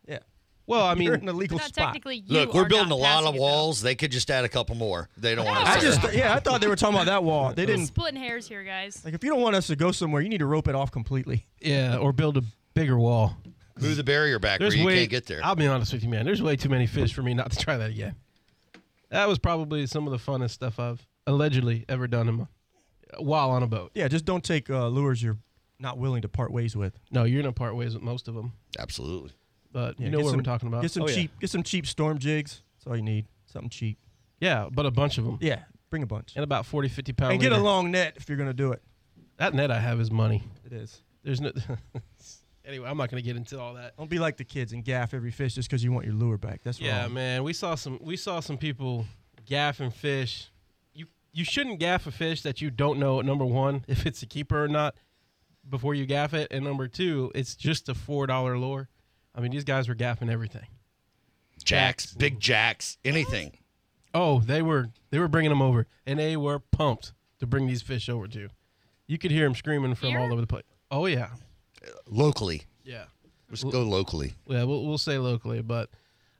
Speaker 12: yeah.
Speaker 7: Well, I
Speaker 12: you're
Speaker 7: mean-
Speaker 12: in a legal
Speaker 10: Not
Speaker 12: spot.
Speaker 10: technically you
Speaker 9: Look, we're
Speaker 10: are
Speaker 9: building a
Speaker 10: not
Speaker 9: lot
Speaker 10: passing
Speaker 9: of
Speaker 10: it, though.
Speaker 9: walls. They could just add a couple more. They don't want
Speaker 12: I
Speaker 9: us.
Speaker 12: just, yeah, I thought they were talking about that wall. They didn't.
Speaker 10: Splitting hairs here, guys.
Speaker 12: Like, if you don't want us to go somewhere, you need to rope it off completely.
Speaker 7: yeah, or build a bigger wall.
Speaker 9: Move the barrier back
Speaker 7: There's
Speaker 9: where you
Speaker 7: way,
Speaker 9: can't get there.
Speaker 7: I'll be honest with you, man. There's way too many fish for me not to try that again. That was probably some of the funnest stuff I've allegedly ever done in my, while on a boat.
Speaker 12: Yeah, just don't take uh, lures you're not willing to part ways with.
Speaker 7: No, you're gonna part ways with most of them,
Speaker 9: Absolutely.
Speaker 7: but
Speaker 12: Yeah,
Speaker 7: you know
Speaker 12: get
Speaker 7: what
Speaker 12: some-
Speaker 7: we're talking about.
Speaker 12: Get some
Speaker 11: Oh, yeah.
Speaker 12: cheap, get some cheap storm jigs. That's all you need. Something cheap.
Speaker 7: yeah, but a bunch of them.
Speaker 12: Yeah, bring a bunch
Speaker 7: and about 40, 50 pounds.
Speaker 12: and get a long net if you're gonna do it.
Speaker 7: That net I have is money.
Speaker 12: It is.
Speaker 7: There's no. anyway, I'm not gonna get into all that.
Speaker 12: Don't be like the kids and gaff every fish just because you want your lure back. That's
Speaker 7: Yeah,
Speaker 12: wrong.
Speaker 7: man. We saw some. We saw some people gaffing fish. You you shouldn't gaff a fish that you don't know. Number one, if it's a keeper or not, before you gaff it, and number two, it's just a four dollar lure. I mean, these guys were gaffing everything.
Speaker 9: Jacks, big jacks, anything.
Speaker 7: Oh, they were they were bringing them over, and they were pumped to bring these fish over to. You could hear them screaming from all
Speaker 10: Here?
Speaker 7: over the place. Oh yeah,
Speaker 9: Locally.
Speaker 7: yeah.
Speaker 9: Let's go locally.
Speaker 7: Yeah, we'll, we'll say locally, but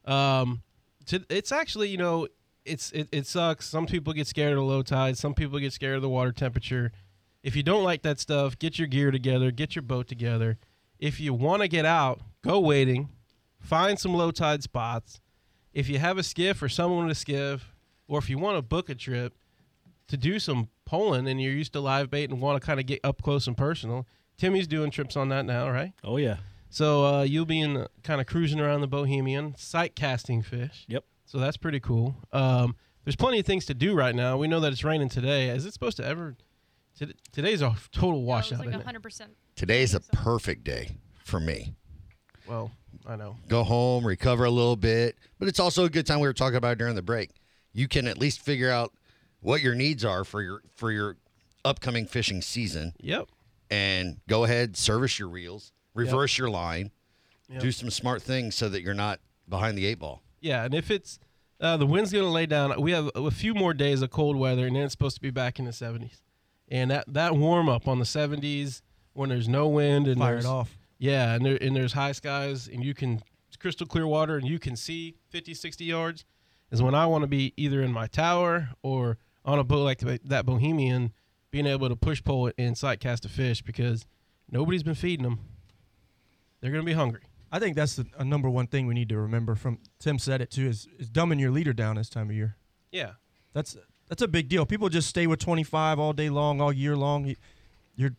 Speaker 7: um, to, it's actually you know it's it, it sucks. Some people get scared of the low tide. Some people get scared of the water temperature. If you don't like that stuff, get your gear together, get your boat together. If you want to get out, go wading, find some low tide spots. If you have a skiff or someone with a skiff, or if you want to book a trip to do some pulling and you're used to live bait and want to kind of get up close and personal, Timmy's doing trips on that now, right?
Speaker 11: Oh yeah.
Speaker 7: So uh, you'll be in kind of cruising around the Bohemian, sight casting fish.
Speaker 11: Yep.
Speaker 7: So that's pretty cool. Um, there's plenty of things to do right now. We know that it's raining today. Is it supposed to ever? Tod- today's a total
Speaker 10: No, it was
Speaker 7: washout.
Speaker 10: like
Speaker 7: isn't it?
Speaker 10: 100. percent
Speaker 9: Today's a perfect day for me.
Speaker 7: Well, I know.
Speaker 9: Go home, recover a little bit, but it's also a good time. We were talking about it during the break. You can at least figure out what your needs are for your for your upcoming fishing season,
Speaker 7: Yep.
Speaker 9: and go ahead service your reels, reverse your line, do some smart things so that you're not behind the eight ball.
Speaker 7: Yeah, and if it's uh, the wind's going to lay down, we have a few more days of cold weather, and then it's supposed to be back in the 70s. And that that warm up on the 70s when there's no wind and
Speaker 12: Fire it
Speaker 7: there's-
Speaker 12: off.
Speaker 7: Yeah, and there, and there's high skies, and you can it's crystal clear water, and you can see 50, 60 yards. Is when I want to be either in my tower or on a boat like the- that Bohemian, being able to push pole and sight cast a fish because nobody's been feeding them. They're going to be hungry.
Speaker 12: I think that's the, a number one thing we need to remember. From Tim said it too is, is dumbing your leader down this time of year.
Speaker 7: Yeah,
Speaker 12: That's that's a big deal. People just stay with 25 all day long, all year long. You're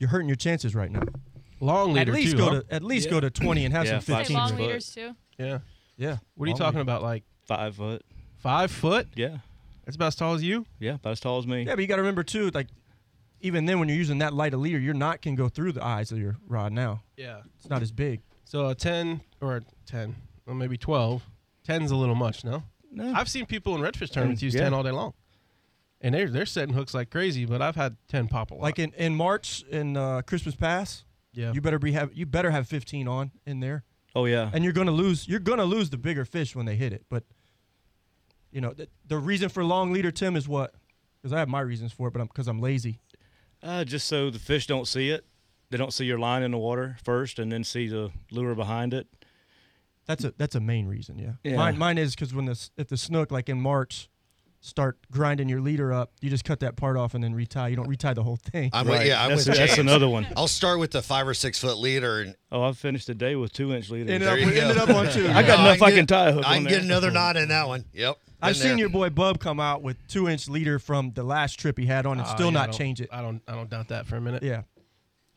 Speaker 12: you're hurting your chances right now.
Speaker 7: long
Speaker 12: At
Speaker 7: leader
Speaker 12: least
Speaker 7: too,
Speaker 12: go
Speaker 7: huh?
Speaker 12: to at least go to 20 and have
Speaker 11: Yeah,
Speaker 12: some 15.
Speaker 11: five Teams,
Speaker 10: long
Speaker 11: but-
Speaker 10: leaders too.
Speaker 7: yeah.
Speaker 12: Yeah.
Speaker 7: What are you talking about? Like
Speaker 11: Five foot.
Speaker 7: five foot?
Speaker 11: Yeah.
Speaker 7: That's about as tall as you.
Speaker 11: Yeah. About as tall as me.
Speaker 12: Yeah, but you got to remember too, like even then when you're using that light a leader, your knot can go through the eyes of your rod. Now
Speaker 7: Yeah.
Speaker 12: it's not as big.
Speaker 7: So a ten or a ten, or maybe twelve. Ten's a little much, no?
Speaker 12: Hmm.
Speaker 11: No.
Speaker 7: I've seen people in redfish tournaments
Speaker 11: Ten,
Speaker 7: use
Speaker 11: yeah.
Speaker 7: ten all day long, and they're they're setting hooks like crazy. But I've had ten pop a lot.
Speaker 12: Like in, in March in uh, Christmas Pass,
Speaker 7: yeah,
Speaker 12: you better be have you better have 15 on in there,
Speaker 11: Oh yeah.
Speaker 12: and you're gonna lose you're gonna lose the bigger fish when they hit it. But you know the, the reason for long leader Tim is what because I have my reasons for it, but I'm because I'm lazy.
Speaker 11: Uh, just so the fish don't see it. They don't see your line in the water first, and then see the lure behind it.
Speaker 12: That's a that's a main reason, yeah.
Speaker 11: Yeah.
Speaker 12: Mine mine is because when the s- if the snook like in March start grinding your leader up, you just cut that part off and then retie. You don't retie the whole thing.
Speaker 9: I'm with, yeah, I'm
Speaker 11: that's,
Speaker 9: with
Speaker 11: that's
Speaker 9: James.
Speaker 11: another one.
Speaker 9: I'll start with the five or six foot leader, and
Speaker 11: Oh, I finished the day with two inch leaders.
Speaker 12: ended
Speaker 9: there
Speaker 12: up,
Speaker 9: you
Speaker 12: we
Speaker 9: go.
Speaker 12: ended up on two.
Speaker 11: I got
Speaker 9: Oh,
Speaker 11: enough
Speaker 9: can
Speaker 11: I can
Speaker 9: get-
Speaker 11: tie a hook
Speaker 9: I
Speaker 11: on
Speaker 9: can
Speaker 11: there.
Speaker 9: get another knot in that one. Yep,
Speaker 12: I've
Speaker 9: been
Speaker 12: seen
Speaker 9: there.
Speaker 12: your boy Bub come out with two inch leader from the last trip he had on and
Speaker 7: Uh,
Speaker 12: still
Speaker 7: yeah, I
Speaker 12: not
Speaker 7: don't-
Speaker 12: change it.
Speaker 7: I don't I don't doubt that for a minute.
Speaker 12: yeah.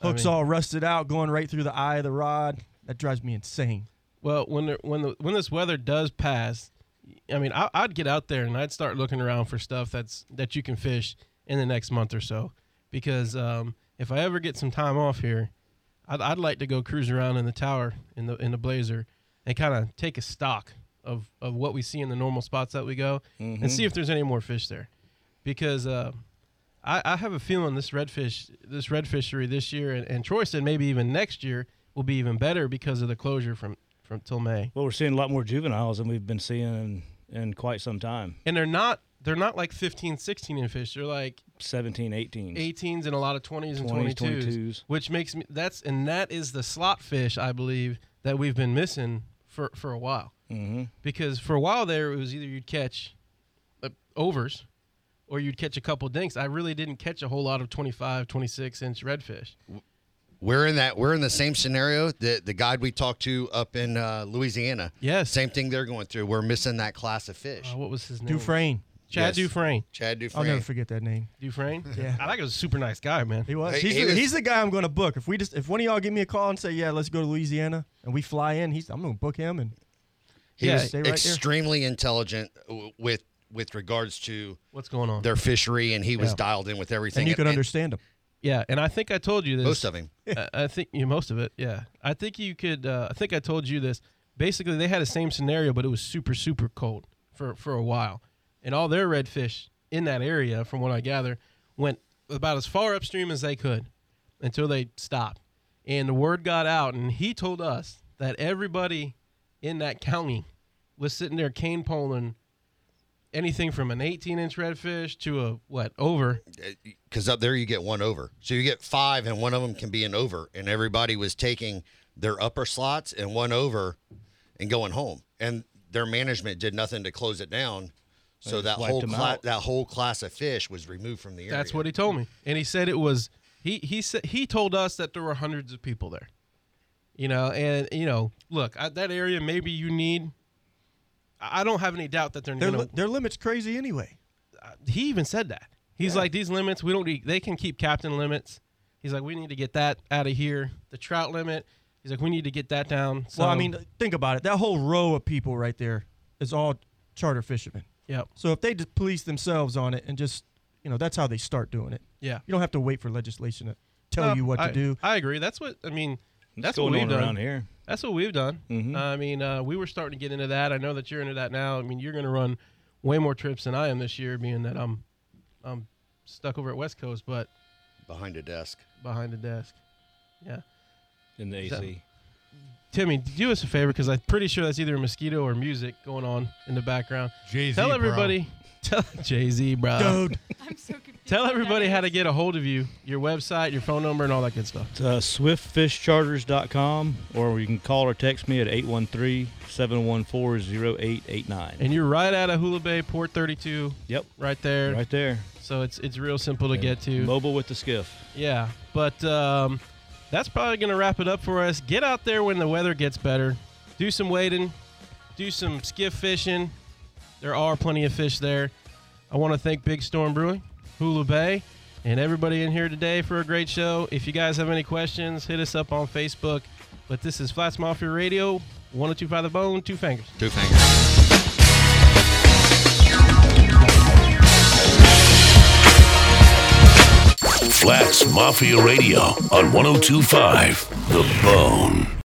Speaker 12: Hooks
Speaker 7: mean-
Speaker 12: all rusted out, going right through the eye of the rod. That drives me insane.
Speaker 7: Well, when there, when the, when this weather does pass, I mean, I, I'd get out there and I'd start looking around for stuff that's that you can fish in the next month or so, because um, if I ever get some time off here, I'd, I'd like to go cruise around in the tower in the in the blazer and kind of take a stock of of what we see in the normal spots that we go and see if there's any more fish there, because. Uh, I, I have a feeling this redfish, this red fishery this year, and, and Troy said maybe even next year will be even better because of the closure from from till May.
Speaker 11: Well, we're seeing a lot more juveniles than we've been seeing in, in quite some time.
Speaker 7: And they're not they're not like 15, 16 in fish. They're like
Speaker 11: 17, 18s.
Speaker 7: 18s and a lot of 20s and
Speaker 11: 20s,
Speaker 7: 22s,
Speaker 11: 22s.
Speaker 7: which makes me that's and that is the slot fish I believe that we've been missing for for a while.
Speaker 11: Mm-hmm.
Speaker 7: Because for a while there it was either you'd catch uh, overs or you'd catch a couple dinks. I really didn't catch a whole lot of 25, 26 inch redfish.
Speaker 9: We're in that. We're in the same scenario that the guide we talked to up in uh, Louisiana.
Speaker 7: Yes.
Speaker 9: Same thing they're going through. We're missing that class of fish.
Speaker 7: Uh, what was his name?
Speaker 12: Dufresne.
Speaker 7: Chad
Speaker 9: Yes.
Speaker 7: Dufresne.
Speaker 9: Chad Dufresne.
Speaker 12: I'll never forget that name.
Speaker 7: Dufresne?
Speaker 12: Yeah.
Speaker 7: I like it was a super nice guy, man.
Speaker 12: He was.
Speaker 9: Hey,
Speaker 12: he's,
Speaker 9: he
Speaker 12: the,
Speaker 9: was-
Speaker 12: he's the guy I'm going to book. If we just if one of y'all give me a call and say yeah, let's go to Louisiana and we fly in, he's I'm going to book him and
Speaker 9: He
Speaker 7: Yeah,
Speaker 9: was
Speaker 12: stay right there.
Speaker 9: extremely intelligent w- with with regards to
Speaker 7: What's going on?
Speaker 9: their fishery, and he was
Speaker 12: Yeah.
Speaker 9: dialed in with everything.
Speaker 12: and you could understand him.
Speaker 7: Yeah, and I think I told you this.
Speaker 9: most of him.
Speaker 7: I- I think you most of it. Yeah, I think you could. Uh, I think I told you this. Basically, they had the same scenario, but it was super super cold for for a while, and all their redfish in that area, from what I gather, went about as far upstream as they could until they stopped. And the word got out, and he told us that everybody in that county was sitting there cane poling anything from an 18 inch redfish to a what over
Speaker 9: because up there you get one over. So you get five, and one of them can be an over. And everybody was taking their upper slots and one over and going home. And their management did nothing to close it down. So
Speaker 11: just
Speaker 9: that
Speaker 11: wiped
Speaker 9: whole
Speaker 11: them
Speaker 9: cla-
Speaker 11: out.
Speaker 9: that whole class of fish was removed from the area.
Speaker 7: That's what he told me, and he said it was he he said he told us that there were hundreds of people there, you know, and you know, look I, that area maybe you need. I I don't have any doubt that they're
Speaker 12: Their,
Speaker 7: going
Speaker 12: li- their limit's crazy anyway.
Speaker 7: he even said that he's like these limits we don't need, they can keep captain limits. He's like we need to get that out of here. The trout limit. He's like we need to get that down. So,
Speaker 12: well, I mean, think about it. That whole row of people right there is all charter fishermen.
Speaker 7: yeah,
Speaker 12: So if they just police themselves on it and just you know that's how they start doing it.
Speaker 7: yeah.
Speaker 12: You don't have to wait for legislation to tell you what
Speaker 7: I,
Speaker 12: to do.
Speaker 7: I agree. That's what I mean. That's
Speaker 11: What's going
Speaker 7: what we've
Speaker 11: on
Speaker 7: done
Speaker 11: around here.
Speaker 7: That's what we've done.
Speaker 11: Mhm.
Speaker 7: I mean, uh, we were starting to get into that. I know that you're into that now. I mean, you're going to run way more trips than I am this year, being that I'm I'm stuck over at West Coast, but
Speaker 9: behind a desk.
Speaker 7: behind the desk. Yeah,
Speaker 11: In the
Speaker 7: that-
Speaker 11: AC.
Speaker 7: Timmy, do us a favor because I'm pretty sure that's either a mosquito or music going on in the background. tell everybody, tell Jay Z, bro.
Speaker 12: Dude,
Speaker 10: I'm so confused.
Speaker 7: Tell
Speaker 10: what that
Speaker 7: everybody how
Speaker 10: is.
Speaker 7: to get a hold of you, your website, your phone number, and all that good stuff.
Speaker 11: It's, uh, swiftfishcharters.com, or you can call or text me at 813 714 0889.
Speaker 7: And you're right out of Hula Bay, Port 32,
Speaker 11: Yep,
Speaker 7: right there.
Speaker 11: right there.
Speaker 7: So it's it's real simple to get to.
Speaker 11: Mobile with the skiff.
Speaker 7: Yeah, but um, that's probably going to wrap it up for us. Get out there when the weather gets better. Do some wading, do some skiff fishing. There are plenty of fish there. I want to thank Big Storm Brewing, Hula Bay, and everybody in here today for a great show. If you guys have any questions, hit us up on Facebook. But this is Flats Mafia Radio, 1025 The Bone, Two Fingers.
Speaker 9: Two fingers.
Speaker 5: Flats Mafia Radio on 1025 The Bone.